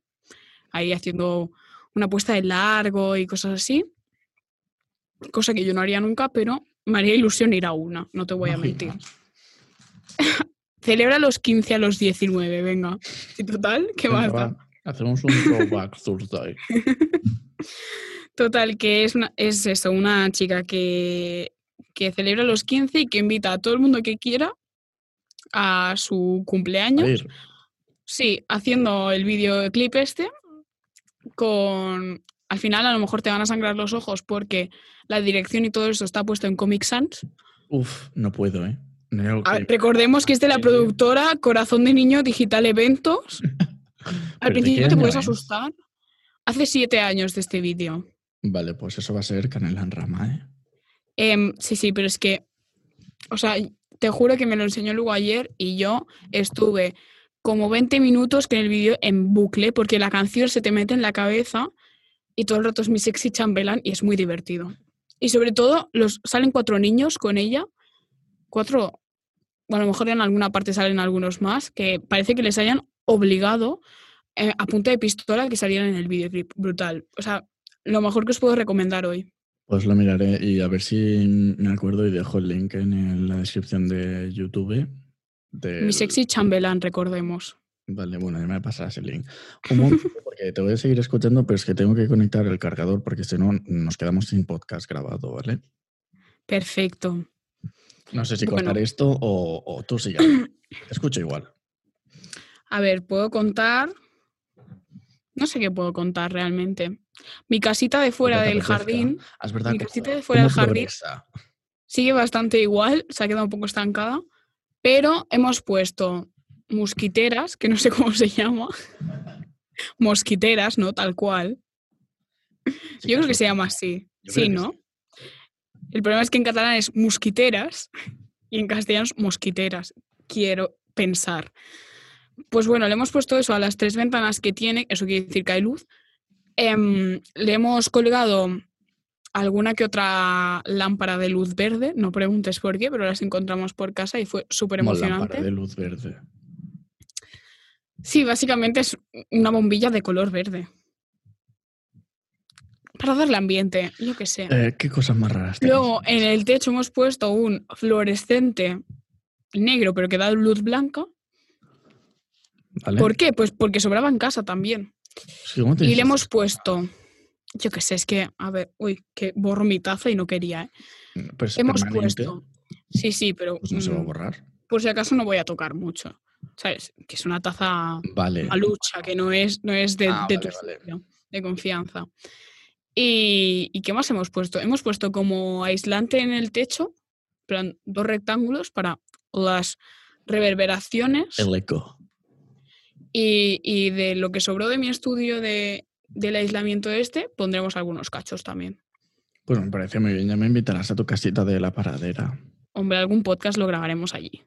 ahí haciendo una puesta de largo y cosas así, cosa que yo no haría nunca, pero me haría ilusión ir a una, no te voy a Imagina. mentir. *laughs* Celebra los 15 a los 19, venga. Y total, ¿qué Venga, más da? va, Hacemos un throwback Thursday. Total, que es, una- es eso, una chica que, que celebra los 15 y que invita a todo el mundo que quiera a su A cumpleaños. ver, Sí, haciendo el videoclip este con... Al final a lo mejor te van a sangrar los ojos porque la dirección y todo eso está puesto en Comic Sans. uf, no puedo, ¿eh? No, A- que- recordemos que es de la qué bien. productora Corazón de Niño *laughs* Digital Eventos. Al ¿Pero de qué principio te año puedes es? asustar. Hace siete años de este vídeo. Vale, pues eso va a ser canela en rama, ¿eh? Em, sí, sí, pero es que, o sea, te juro que me lo enseñó Lugo ayer y yo estuve como 20 minutos con el vídeo en bucle porque la canción se te mete en la cabeza y todo el rato es mi sexy chambelán y es muy divertido. Y sobre todo, los, salen cuatro niños con ella, cuatro, bueno, a lo mejor en alguna parte salen algunos más, que parece que les hayan obligado eh, a punta de pistola que salieran en el videoclip. Brutal. O sea, lo mejor que os puedo recomendar hoy. Pues lo miraré y a ver si me acuerdo y dejo el link en el- la descripción de YouTube. del- Mi sexy chambelán, recordemos. Vale, bueno, ya me pasarás el link. Un *laughs* momento, porque te voy a seguir escuchando, pero es que tengo que conectar el cargador porque si no nos quedamos sin podcast grabado, ¿vale? Perfecto. No sé si Bueno. cortar esto o, o tú sigas. Te escucho igual. A ver, puedo contar. No sé qué puedo contar realmente. Mi casita de fuera te del apetezca. jardín Ah, Es verdad Mi que casita de joder, fuera ¿cómo del jardín. progresa? sigue bastante igual, se ha quedado un poco estancada, pero hemos puesto mosquiteras, que no sé cómo se llama. *laughs* mosquiteras, ¿no? Tal cual. Sí, Yo creo que es se lo- llama así. Yo creo sí, que ¿no? El problema es que en catalán es mosquiteras y en castellano es mosquiteras. Quiero pensar. Pues bueno, le hemos puesto eso a las tres ventanas que tiene, eso quiere decir que hay luz. Em, le hemos colgado alguna que otra lámpara de luz verde, no preguntes por qué, pero las encontramos por casa y fue súper Como lámpara emocionante. de luz verde. Sí, básicamente es una bombilla de color verde. Para darle ambiente, yo qué sé. Eh, ¿Qué cosas más raras? tenéis? Luego, en el techo hemos puesto un fluorescente negro, pero que da luz blanca. ¿Vale? ¿Por qué? Pues porque sobraba en casa también. Sí, ¿cómo Y tenéis le hemos esas- puesto, yo qué sé, es que, a ver, uy, que borro mi taza y no quería. ¿eh? Pero es Hemos pues, permanente, puesto, sí, sí, pero Pues no se va a mm, borrar. por si acaso no voy a tocar mucho. ¿Sabes? Que es una taza Vale. malucha, que no es, no es de, Ah, de vale, tu vale. sitio, de confianza. Y, ¿y qué más hemos puesto? Hemos puesto como aislante en el techo, en plan, dos rectángulos para las reverberaciones El eco. y, y de lo que sobró de mi estudio de, del aislamiento este, pondremos algunos cachos también. Pues me parece muy bien. Ya me invitarás a tu casita de la paradera. Hombre, algún podcast lo grabaremos allí.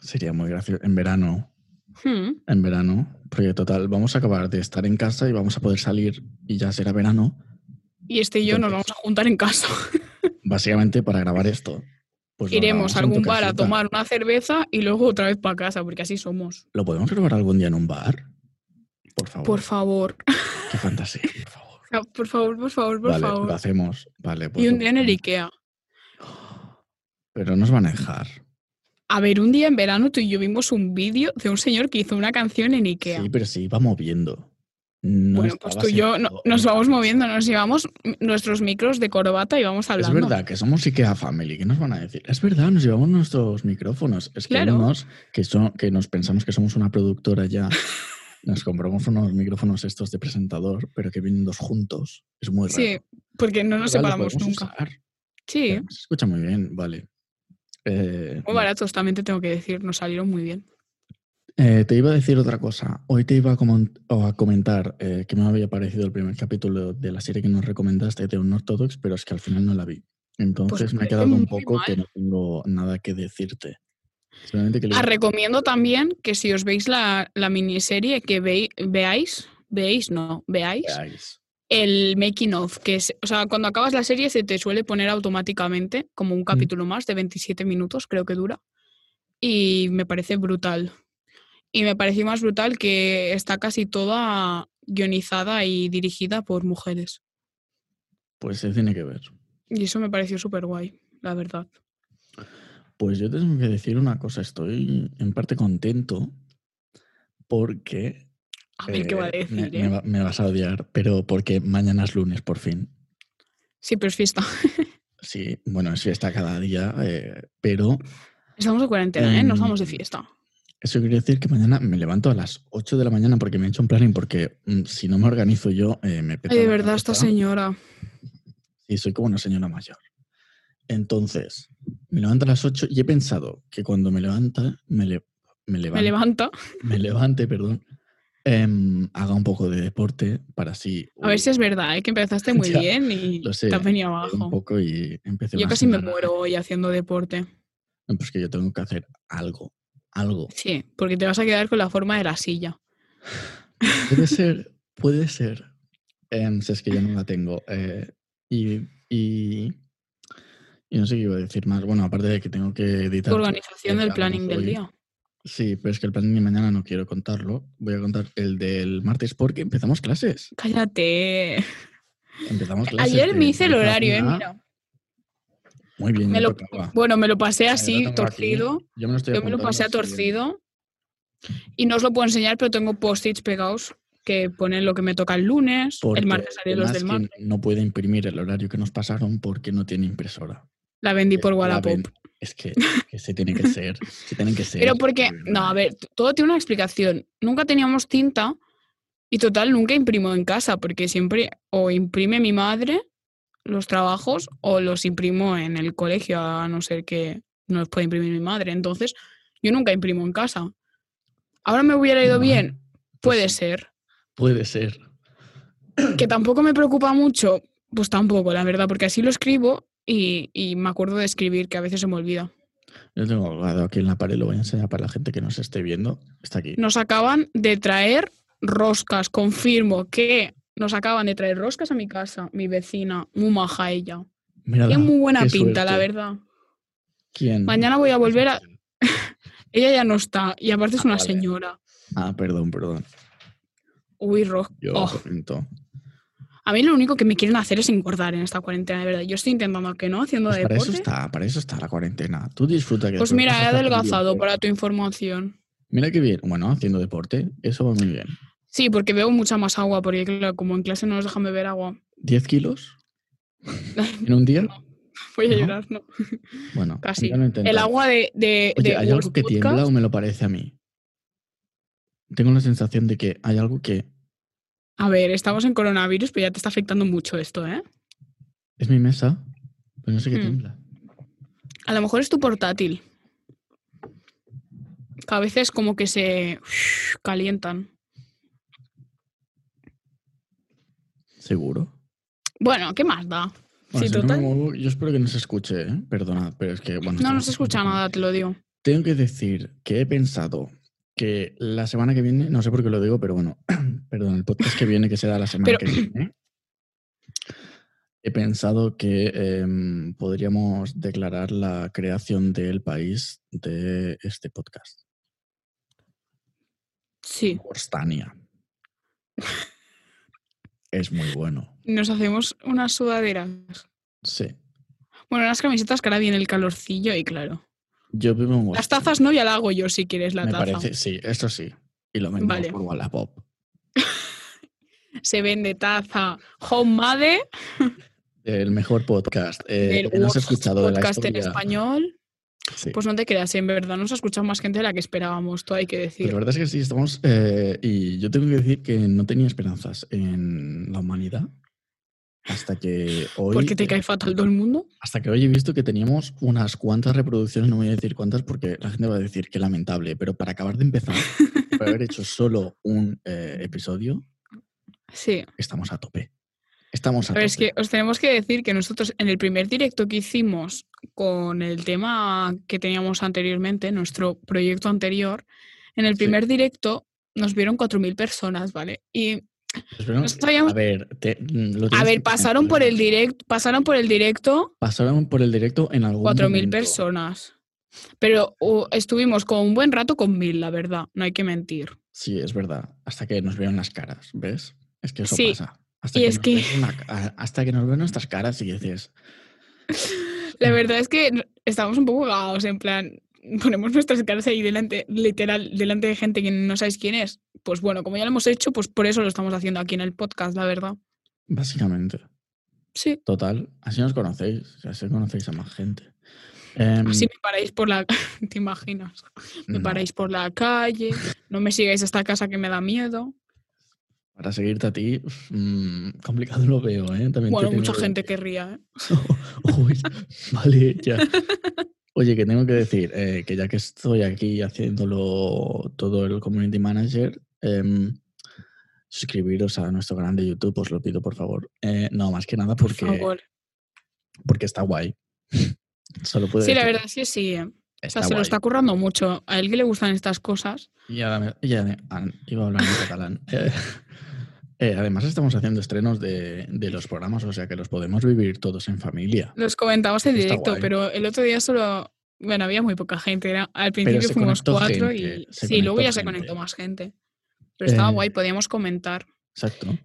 Sería muy gracioso. En verano. Hmm, En verano. Porque total, vamos a acabar de estar en casa y vamos a poder salir y ya será verano. Y este y yo nos Entonces, vamos a juntar en casa. Básicamente para grabar esto. Pues lo grabamos Iremos a en tu algún bar a casita. tomar una cerveza y luego otra vez para casa, porque así somos. ¿Lo podemos grabar algún día en un bar? Por favor. Por favor, Qué fantasía, por favor. por favor, por favor, por vale, favor. lo hacemos. Vale, pues Y lo un día en el buscamos. IKEA. Pero nos van a dejar. A ver, un día en verano tú y yo vimos un vídeo de un señor que hizo una canción en IKEA. Sí, pero sí, va moviendo. No bueno, pues estaba tú y yo no- sentado en nos una vamos mesa. moviendo, nos llevamos m- nuestros micros de corbata y vamos hablando. Es verdad que somos IKEA Family, ¿qué nos van a decir? Es verdad, nos llevamos nuestros micrófonos. Es que Claro. unos que, son, que nos pensamos que somos una productora ya, *laughs* nos compramos unos micrófonos estos de presentador, pero que vienen dos juntos. Es muy raro. Sí, porque no nos Pero vale, separamos podemos nunca. usar. Sí, Se escucha muy bien, vale. Eh, muy baratos también te tengo que decir, nos salieron muy bien. eh, te iba a decir otra cosa. Hoy te iba a, comen- o a comentar eh, que me había parecido el primer capítulo de la serie que nos recomendaste de un Ortodox, pero es que al final no la vi. Entonces me ha Pues parece quedado un muy poco que mal. no tengo nada que decirte. Solamente que le- Os Ah, recomiendo también que si os veis la, la miniserie, que vei- veáis, veáis, no, veáis veáis. el making of, que es, o sea, cuando acabas la serie se te suele poner automáticamente como Mm. un capítulo más de 27 minutos, creo que dura, y me parece brutal. Y me pareció más brutal que está casi toda guionizada y dirigida por mujeres. Pues se tiene que ver. Y eso me pareció súper guay, la verdad. Pues yo tengo que decir una cosa, estoy en parte contento porque... A ver qué va a eh, decir, me- ¿eh? me, va- me vas a odiar, pero porque mañana es lunes, por fin. Sí, pero es fiesta. Sí, bueno, es fiesta cada día, eh, pero Estamos de cuarentena, ¿eh? No estamos de Mm. fiesta. Eso quiere decir que mañana me levanto a las 8 de la mañana porque me he hecho un planning, porque mm, si no me organizo yo, eh, me peta Ay, de la verdad, esta cabeza. señora. Sí, soy como una señora mayor. Entonces, me levanto a las 8 y he pensado que cuando me levanta, me, le- me Me levanta- levanta. me levante, perdón, em, haga un poco de deporte para así... A ver si es verdad, ¿eh? *laughs* que empezaste muy Ya, bien y lo sé, te has venido Un abajo. poco y empecé Yo una casi me semana- muero hoy haciendo deporte. No, Pues que yo tengo que hacer algo, algo. Sí, porque te vas a quedar con la forma de la silla. Puede ser, puede ser. Em, si es que yo no la tengo. eh, y, y- y no sé qué iba a decir más. Bueno, aparte de que tengo que Tu editar. organización del Exacto, planning del soy- día. Sí, pero es que el plan de mañana no quiero contarlo. Voy a contar el del martes porque empezamos clases. Cállate. Empezamos clases. Eh, Ayer de me hice el 10 a horario, eh, 1. mira. Muy bien, Me ya lo- tocaba. Bueno, me lo pasé Mira, yo lo así, tengo aquí, torcido. Yo me lo, estoy Yo me lo apuntando pasé a así en- torcido. Y no os lo puedo enseñar, pero tengo post-its pegados que ponen lo que me toca el lunes, porque el martes haré los además que del martes. No puede imprimir el horario que nos pasaron porque no tiene impresora. La vendí que por la Wallapop. ven- Es que, que se tiene que ser. Se tienen que ser. Pero porque, de verdad. no, a ver, t- todo tiene una explicación. Nunca teníamos tinta y total nunca imprimo en casa porque siempre o imprime mi madre los trabajos o los imprimo en el colegio, a no ser que no los pueda imprimir mi madre. Entonces, yo nunca imprimo en casa. Ahora me hubiera ido Bueno, bien, puede pues sí. ser. Puede ser. Que tampoco me preocupa mucho, pues tampoco, la verdad, porque así lo escribo y, y me acuerdo de escribir, que a veces se me olvida. Yo tengo colgado aquí en la pared, lo voy a enseñar para la gente que nos esté viendo. Está aquí. nos acaban de traer roscas. Confirmo que nos acaban de traer roscas a mi casa, mi vecina, muy maja ella. Mírala. Mm, Tiene muy buena qué pinta, la suerte. verdad. ¿Quién? Mañana voy a volver a- Ella ya no está y aparte es Ah, una vale. señora. Ah, perdón, perdón. Uy, rosca. Yo Oh. comento. A mí lo único que me quieren hacer es engordar en esta cuarentena, de verdad. Yo estoy intentando que no, haciendo Pues para eso deporte. está, para eso está la cuarentena. Tú disfruta que Pues tú vas mira, a he estar muy bien adelgazado fuera. para tu información. Mira qué bien. Bueno, haciendo deporte, eso va muy bien. Sí, porque bebo mucha más agua, porque claro, como en clase no nos dejan beber agua. *laughs* ¿10 kilos en un día? Voy a ¿No? llorar, no. Bueno, Casi. ya lo intentas. El agua de. de, Oye, de ¿hay Worst algo que Podcast- tiembla o me lo parece a mí? Tengo la sensación de que hay algo que A ver, estamos en coronavirus, pero ya te está afectando mucho esto, ¿eh? es mi mesa, pero no sé qué Hmm. tiembla. A lo mejor es tu portátil. Que a veces como que se calientan. Seguro. Bueno, ¿qué más da? Bueno, si sí, no me total. muevo, yo espero que no se escuche, ¿eh? perdonad, pero es que bueno. No, no estamos se escucha haciendo- nada, te lo digo. Tengo que decir que he pensado que la semana que viene, no sé por qué lo digo, pero bueno, *clears throat* perdón, el podcast que viene, que será la semana Pero- que viene, he pensado que em, podríamos declarar la creación del país de este podcast, Sí, *laughs* Borstania. es muy bueno, nos hacemos unas sudaderas. sí. Bueno, unas camisetas que ahora viene el calorcillo y claro. Yo vivo en Las Borstania. tazas no, ya la hago yo si quieres la Me taza. parece, sí, eso sí. Y lo vendemos Vale. por Wallapop. Se vende taza homemade, El mejor podcast. Eh, del que no has worst escuchado de la podcast en historia. español. Sí. Pues no te creas, en verdad nos ha escuchado más gente de la que esperábamos, tú hay que Pues decir. la verdad es que sí, estamos. eh, y yo tengo que decir que no tenía esperanzas en la humanidad hasta que hoy. Porque te eh, cae fatal todo el mundo. Hasta que hoy he visto que teníamos unas cuantas reproducciones, no voy a decir cuántas porque la gente va a decir que lamentable, pero para acabar de empezar, *laughs* para haber hecho solo un eh, episodio, Sí. estamos a tope. Estamos a Pero es tope. que os tenemos que decir que nosotros en el primer directo que hicimos con el tema que teníamos anteriormente, nuestro proyecto anterior, en el Sí. primer directo nos vieron 4.000 personas, ¿vale? Y Espero- no sabíamos- Pues A ver, te- mm, lo tienes a que ver, pasaron por el tener. directo, pasaron por el directo Pasaron por el directo en algún 4.000 momento. personas. Pero uh, estuvimos con un buen rato con 1.000, la verdad, no hay que mentir. Sí, es verdad. Hasta que nos vieron las caras, ¿ves? Es que eso Sí, pasa. Hasta y que es nos que- ven una- a- hasta que nos ven nuestras caras y dices, Mm. La verdad es que n- estamos un poco gaos, en plan, ponemos nuestras caras ahí delante, literal, delante de gente que no sabéis quién es. Pues bueno, como ya lo hemos hecho, pues por eso lo estamos haciendo aquí en el podcast, la verdad. básicamente, Sí, total, así nos conocéis, así conocéis a más gente. Em, así me paráis por la... *laughs* ¿Te imaginas? Me no, paráis por la calle, no me sigáis hasta casa que me da miedo. Para seguirte a ti, mm, complicado lo veo, ¿eh? También te Bueno, tengo mucha que gente decir. querría, ¿eh? *laughs* Uy, vale, ya. Oye, que tengo que decir eh, que ya que estoy aquí haciéndolo todo el community manager, em, suscribiros a nuestro canal de YouTube, os lo pido por favor. Eh, no, más que nada Por porque, favor. porque está guay. *laughs* Solo puedo Sí, la decir, verdad es que sí. ¿eh? O sea, está se lo guay. está currando mucho. A él que le gustan estas cosas. Y adem- y adem- ah, iba a hablar en catalán. *laughs* Eh, eh, además, estamos haciendo estrenos de, de los programas, o sea que los podemos vivir todos en familia. Los comentabas en Está directo, guay. pero el otro día solo. Bueno, había muy poca gente. era- al principio se fuimos conectó cuatro gente, y. se Sí, luego conectó ya se gente. conectó más gente. Pero estaba Eh, guay, podíamos comentar. Exacto.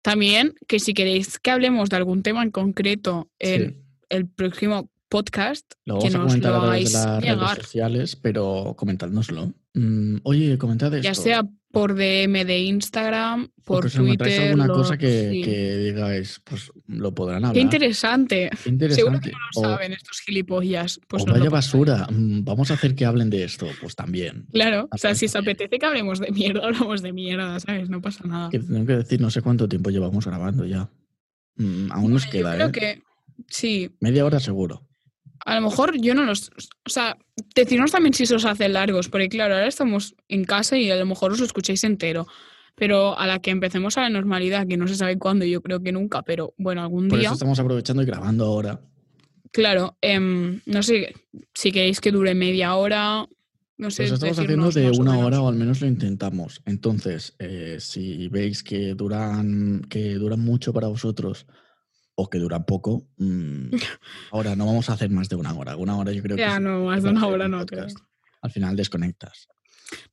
También que si queréis que hablemos de algún tema en concreto en sí. el próximo podcast, Lo que vamos a nos comentar lo a través de hagáis las llegar. redes sociales, pero comentádnoslo. Mm, oye, comentad esto. ya sea por DM de Instagram, o por que os encontráis Twitter. alguna lo- cosa que, sí. que digáis, pues lo podrán hablar. Qué interesante. Qué interesante. No o, saben estos gilipollas. Pues o nos lo vaya contáis. basura, mm, vamos a hacer que hablen de esto, pues también. Claro, o sea, También, si os también. apetece que hablemos de mierda, *laughs* hablamos de mierda, ¿sabes? No pasa nada. Que tengo que decir, no sé cuánto tiempo llevamos grabando ya. Mm, aún nos Yo queda, creo ¿eh? que sí. Media hora seguro. A lo mejor yo no los. O sea, decirnos también si se os hace largos, porque claro, ahora estamos en casa y a lo mejor os lo escucháis entero. Pero a la que empecemos a la normalidad, que no se sabe cuándo, yo creo que nunca, pero bueno, algún Por día. eso estamos aprovechando y grabando ahora. Claro, em, no sé si queréis que dure media hora. No sé. Pues estamos haciendo decirnos de más o una menos. hora o al menos lo intentamos. Entonces, eh, si veis que duran, que duran mucho para vosotros o que duran poco, *laughs* mm, ahora no vamos a hacer más de una hora. Una hora yo creo que Ya, es- no, que más de para una hacer hora un no creo. podcast. al final desconectas.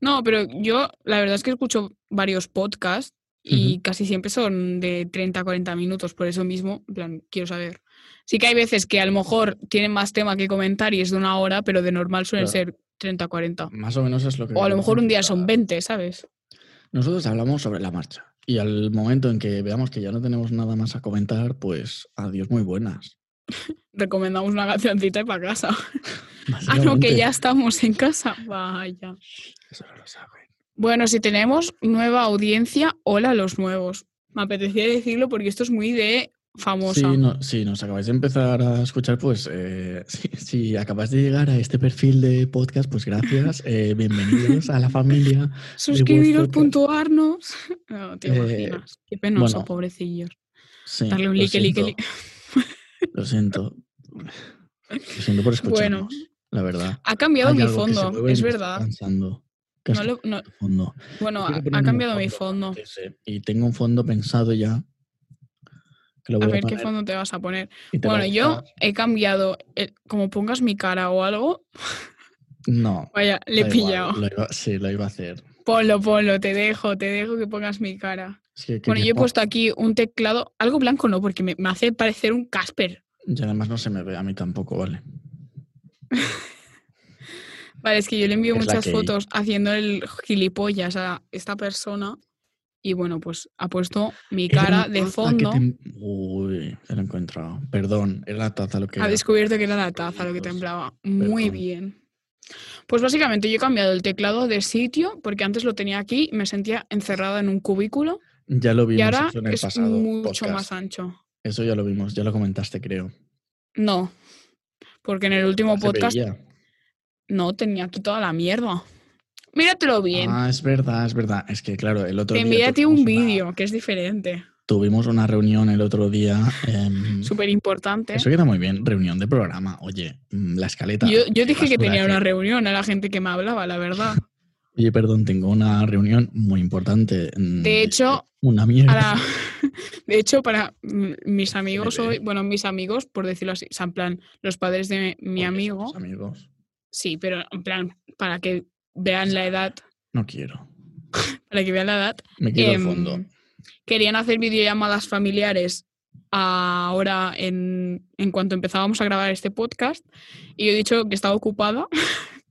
No, pero yo la verdad es que escucho varios podcasts y casi siempre son de 30 a 40 minutos, por eso mismo, en plan, quiero saber. Sí que hay veces que a lo mejor tienen más tema que comentar y es de una hora, pero de normal suelen Claro. ser 30 a 40. Más o menos es lo que... O a lo queremos mejor un día son intentar. 20, ¿sabes? Nosotros hablamos sobre la marcha y al momento en que veamos que ya no tenemos nada más a comentar, pues adiós muy buenas. Ah, Recomendamos una cancioncita y para casa. *laughs* Ah, no, que ya estamos en casa. Vaya. Eso no lo saben. Bueno, si tenemos nueva audiencia, hola a los nuevos. Me apetecía decirlo porque esto es muy de famosa. Si, no- si nos acabáis de empezar a escuchar, pues eh, *laughs* si, si acabas de llegar a este perfil de podcast, pues *laughs* gracias, eh, bienvenidos a la familia. Suscribiros, podcast. puntuarnos. *laughs* No, te Eh, imaginas. Qué penoso, bueno, pobrecillos. Sí, Darle un lo like, like, siento, like. *laughs* Lo siento. Lo siento por escucharnos, Bueno. la verdad. Ha cambiado Hay mi algo que se fondo, mueve y es me está verdad. cansando. ¿Qué No has lo- no- puesto de fondo? bueno, Quiero ha, ponerme ha un cambiado mi fondo fondo. antes, eh, Y tengo un fondo pensado ya. Que lo A voy a, ver qué poner fondo te vas a poner. y te va a Bueno, yo gustar. he cambiado. el- como pongas mi cara o algo, No. vaya, le he da igual, pillado. lo iba- sí, lo iba a hacer. Ponlo, ponlo, te dejo, te dejo que pongas mi cara. Es que Bueno, quería yo he pon- puesto aquí un teclado, algo blanco no, porque me, me hace parecer un Casper. Y además no se me ve a mí tampoco, ¿vale? Vale, es que yo le envío Es la muchas que- fotos haciendo el gilipollas a esta persona y bueno, pues ha puesto mi cara ah, de fondo. Uy, ya lo he encontrado. Perdón, era la taza lo que Ha era. descubierto que era la taza lo que Proyectos. temblaba. Muy Perdón. bien. Pues básicamente yo he cambiado el teclado de sitio porque antes lo tenía aquí y me sentía encerrada en un cubículo Ya lo vimos y ahora eso en el es pasado mucho podcast. más ancho. Eso ya lo vimos, ya lo comentaste, creo. No, porque en el último Se podcast veía. no tenía aquí toda la mierda. Míratelo bien. Ah, es Ah, verdad, es verdad. Es que claro, el otro día Te envié a ti un tuvimos una- vídeo que es diferente. Tuvimos una reunión el otro día. em, Súper importante. eso queda muy bien, reunión de programa. Oye, mm, la escaleta. Yo, yo dije basura que tenía una reunión a la gente que me hablaba, la verdad. Oye, perdón, tengo una reunión muy importante. mm, De hecho, una mierda. a la- *laughs* de hecho, para mm, mis amigos Bebé. hoy, bueno, mis amigos, por decirlo así, o sea, en plan, los padres de mi Porque amigo, somos Amigos. sí, pero en plan, para que vean la edad, No quiero. para que vean la edad, Me quiero al em, fondo. querían hacer videollamadas familiares ahora en, en cuanto empezábamos a grabar este podcast y yo he dicho que estaba ocupada. *laughs*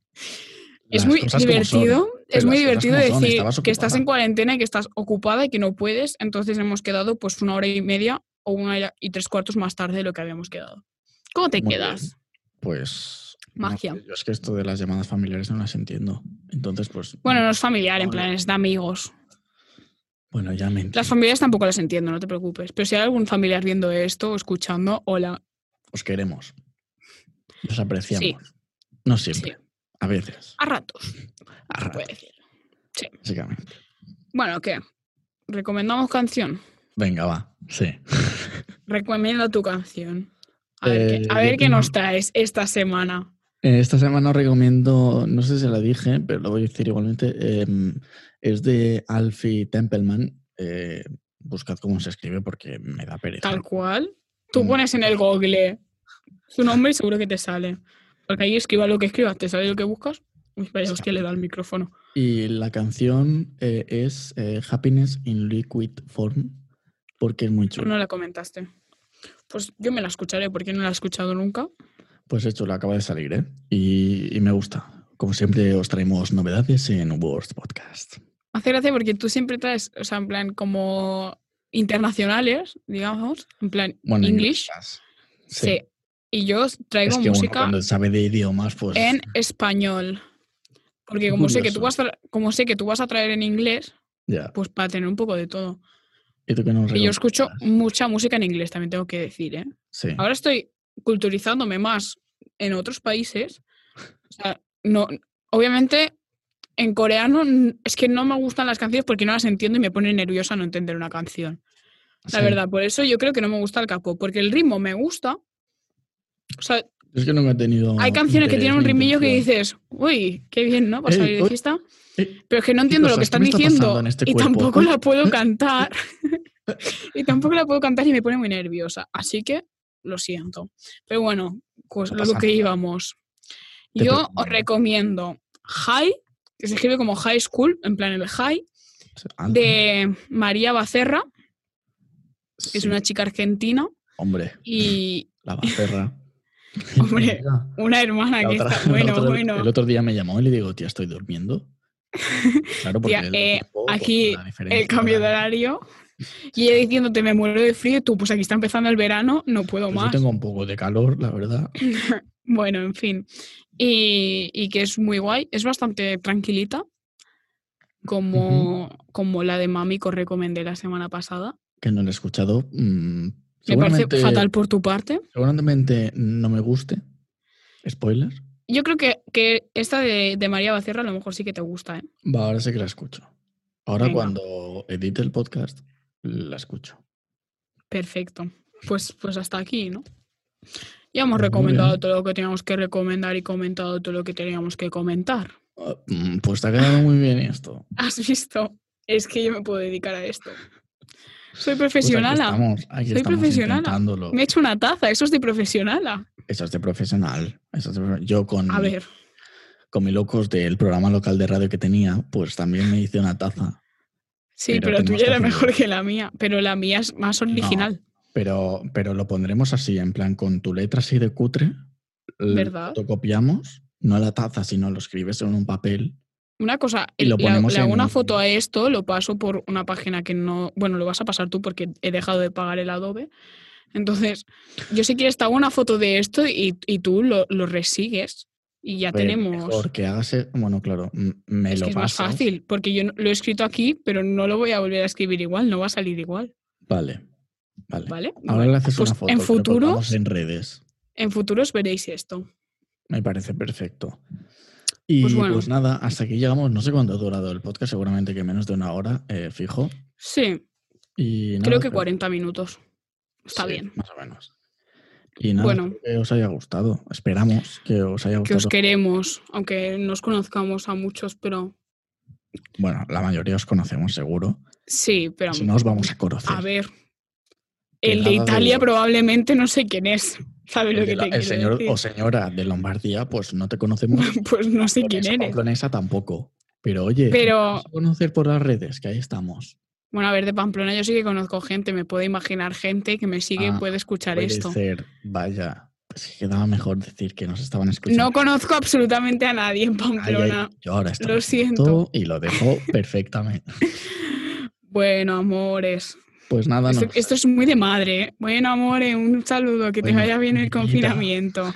es Las muy cosas como son. divertido, es pero muy las cosas divertido como son, decir estabas que estás en ocupada. cuarentena y que estás ocupada y que no puedes, entonces hemos quedado pues una hora y media o una hora y tres cuartos más tarde de lo que habíamos quedado. ¿Cómo te Muy quedas? bien. Pues. Magia. sé, yo es que esto de las llamadas familiares no las entiendo. Entonces, pues. Bueno, no es familiar, en Ahora- plan, es de amigos. Bueno, ya me Las entiendo. familias tampoco las entiendo, no te preocupes. Pero si hay algún familiar viendo esto o escuchando, hola. Os queremos. Os apreciamos. No siempre. Sí, A veces. a ratos, A se puede ratos, decir. básicamente. Bueno, ¿qué? ¿Recomendamos canción? Venga, va. Sí. Recomienda tu canción. A ver, Eh, qué, a ver yo qué tengo- nos traes esta semana. Eh, Esta semana os recomiendo, no sé si la dije, pero lo voy a decir igualmente, em, es de Alfie Templeman. eh, buscad cómo se escribe porque me da pereza. Tal cual. Tú Mm. pones en el google su nombre y seguro que te sale. Porque ahí escriba lo que escribas, te sale lo que buscas. Uy, vaya hostia, le da el micrófono. Y la canción eh, es eh, Happiness in Liquid Form porque es muy Tú chula. no la comentaste. Pues yo me la escucharé porque no la he escuchado nunca. Pues hecho, la acaba de salir, ¿eh? Y, y me gusta. Como siempre, os traemos novedades en Words Podcast. Me Hace gracia porque tú siempre traes, o sea, en plan como internacionales, digamos, en plan Bueno, English. inglesas. Sí. Y yo os traigo Es que uno música cuando sabe de idiomas, pues... en español. Porque como sé, que tú vas Curioso. a, como sé que tú vas a traer en inglés, Ya. pues para tener un poco de todo. ¿Y tú qué nos Y yo escucho recomiendas? mucha música en inglés, también tengo que decir, ¿eh? Sí. Ahora estoy culturizándome más en otros países. O sea, no, obviamente en coreano n- es que no me gustan las canciones porque no las entiendo y me pone nerviosa no entender una canción. La Sí. verdad, por eso yo creo que no me gusta el capo, porque el ritmo me gusta. O sea, Es que nunca he tenido. hay canciones que interés tienen un ni rimillo que intención. dices, uy, qué bien, ¿no? Para Ey, salir de uy, fiesta. ey, Pero es que no entiendo lo cosas, que ¿qué están me está diciendo pasando en este y cuerpo? tampoco Uy, *laughs* la puedo cantar. *laughs* y tampoco la puedo cantar y me pone muy nerviosa. Así que lo siento. Pero bueno, pues No lo pasa que nada. íbamos. Te Yo os preocupes. recomiendo High, que se escribe como High School, en plan el High, Anda, de María Bacerra, que es sí, una chica argentina Hombre, y *laughs* la Bacerra. *laughs* Hombre, Mira, una hermana la que otra- *laughs* está. la Bueno, otra- bueno. El otro día me llamó y le digo, tía, estoy durmiendo. *laughs* Claro, porque Tía, el eh, tiempo, pues, aquí la diferencia el cambio de horaria. horario y ella diciéndote me muero de frío y tú pues aquí está empezando el verano, no puedo Pues más. Yo tengo un poco de calor, la verdad. Bueno, en fin. Y, y que es muy guay, es bastante tranquilita, como, como la de Mami que os recomendé la semana pasada. Que no lo he escuchado. mm, Me parece seguramente- fatal por tu parte. Seguramente no me guste. Spoiler. Yo creo que, que esta de, de María Bacerra a lo mejor sí que te gusta, ¿eh? Va, ahora sí que la escucho. Ahora Venga. cuando edite el podcast, la escucho. Perfecto. Pues, pues hasta aquí, ¿no? Ya hemos Pues muy recomendado bien. todo lo que teníamos que recomendar y comentado todo lo que teníamos que comentar. Ah, mm, Pues te ha quedado muy bien esto. ¿Has visto? Es que yo me puedo dedicar a esto. Pues Soy aquí profesional. estamos, aquí Soy estamos profesionala. intentándolo. Me he hecho una taza, eso es de profesional. Eso es de profesional. eso es de profe- Yo con, A ver, con mi locos del programa local de radio que tenía, pues también me hice una taza. sí, Pero pero, la tenemos tuya que era hacer mejor algo. que la mía, pero la mía es más original. Pero, pero lo pondremos así, en plan, con tu letra así de cutre. l- ¿Verdad? Lo copiamos, no la taza, sino lo escribes en un papel. Una cosa, Y lo el- le, ponemos le hago en- una foto a esto, lo paso por una página que no. Bueno, lo vas a pasar tú porque he dejado de pagar el Adobe. Entonces, yo si quieres te hago una foto de esto y, y tú lo, lo resigues y ya A ver, tenemos. Pues Mejor que hagas. e- Bueno, claro, m- me es lo que es más pasas. fácil, porque yo no- lo he escrito aquí, pero no lo voy a volver a escribir igual, no va a salir igual, Vale, vale. ¿vale? Ahora Bueno, le haces pues una foto. en y lo colgamos futuros- En redes. en futuros veréis esto. Me parece perfecto. Y pues, Pues bueno. nada, hasta aquí llegamos. No sé cuánto ha durado el podcast, seguramente que menos de una hora, eh, fijo. Sí, Y nada, Creo que pero- 40 minutos. Está sí, bien. Más o menos. Y nada, Bueno. espero que os haya gustado. Esperamos que os haya Que gustado. os queremos, aunque nos conozcamos a muchos, pero Bueno, la mayoría os conocemos seguro. sí, pero Si no, os vamos a conocer. a ver. Que El de nada de Italia los- probablemente no sé quién es. *laughs* ¿Sabes lo Porque que la- te el quiero señor decir? o señora de Lombardía, pues no te conocemos. *laughs* Pues no sé quién Clonesa- eres. Clonesa tampoco. Pero oye, Pero- nos vamos a conocer por las redes, que ahí estamos. Bueno, a ver, de Pamplona yo sí que conozco gente, me puedo imaginar gente que me sigue Ah, puede escuchar Puede esto. ser, vaya, pues quedaba mejor decir que nos estaban escuchando. No conozco absolutamente a nadie en Ay, ay, Pamplona. yo ahora estoy Lo haciendo siento. todo Y lo *laughs* dejo perfectamente. Bueno, amores. Pues nada, Esto, nos- esto es muy de madre. ¿eh? Bueno, amores, un saludo, que te Bueno, vaya bien mi el vida. *laughs* confinamiento.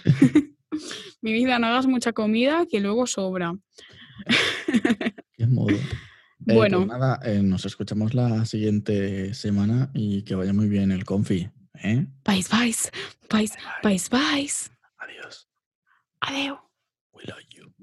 mi vida, no hagas mucha comida que luego sobra. qué modo. Eh, pues Bueno. nada, eh, nos escuchamos la siguiente semana y que vaya muy bien el confi. ¿eh? Vais, vais, vais, vais, vais. Adiós. Adeu. We love you.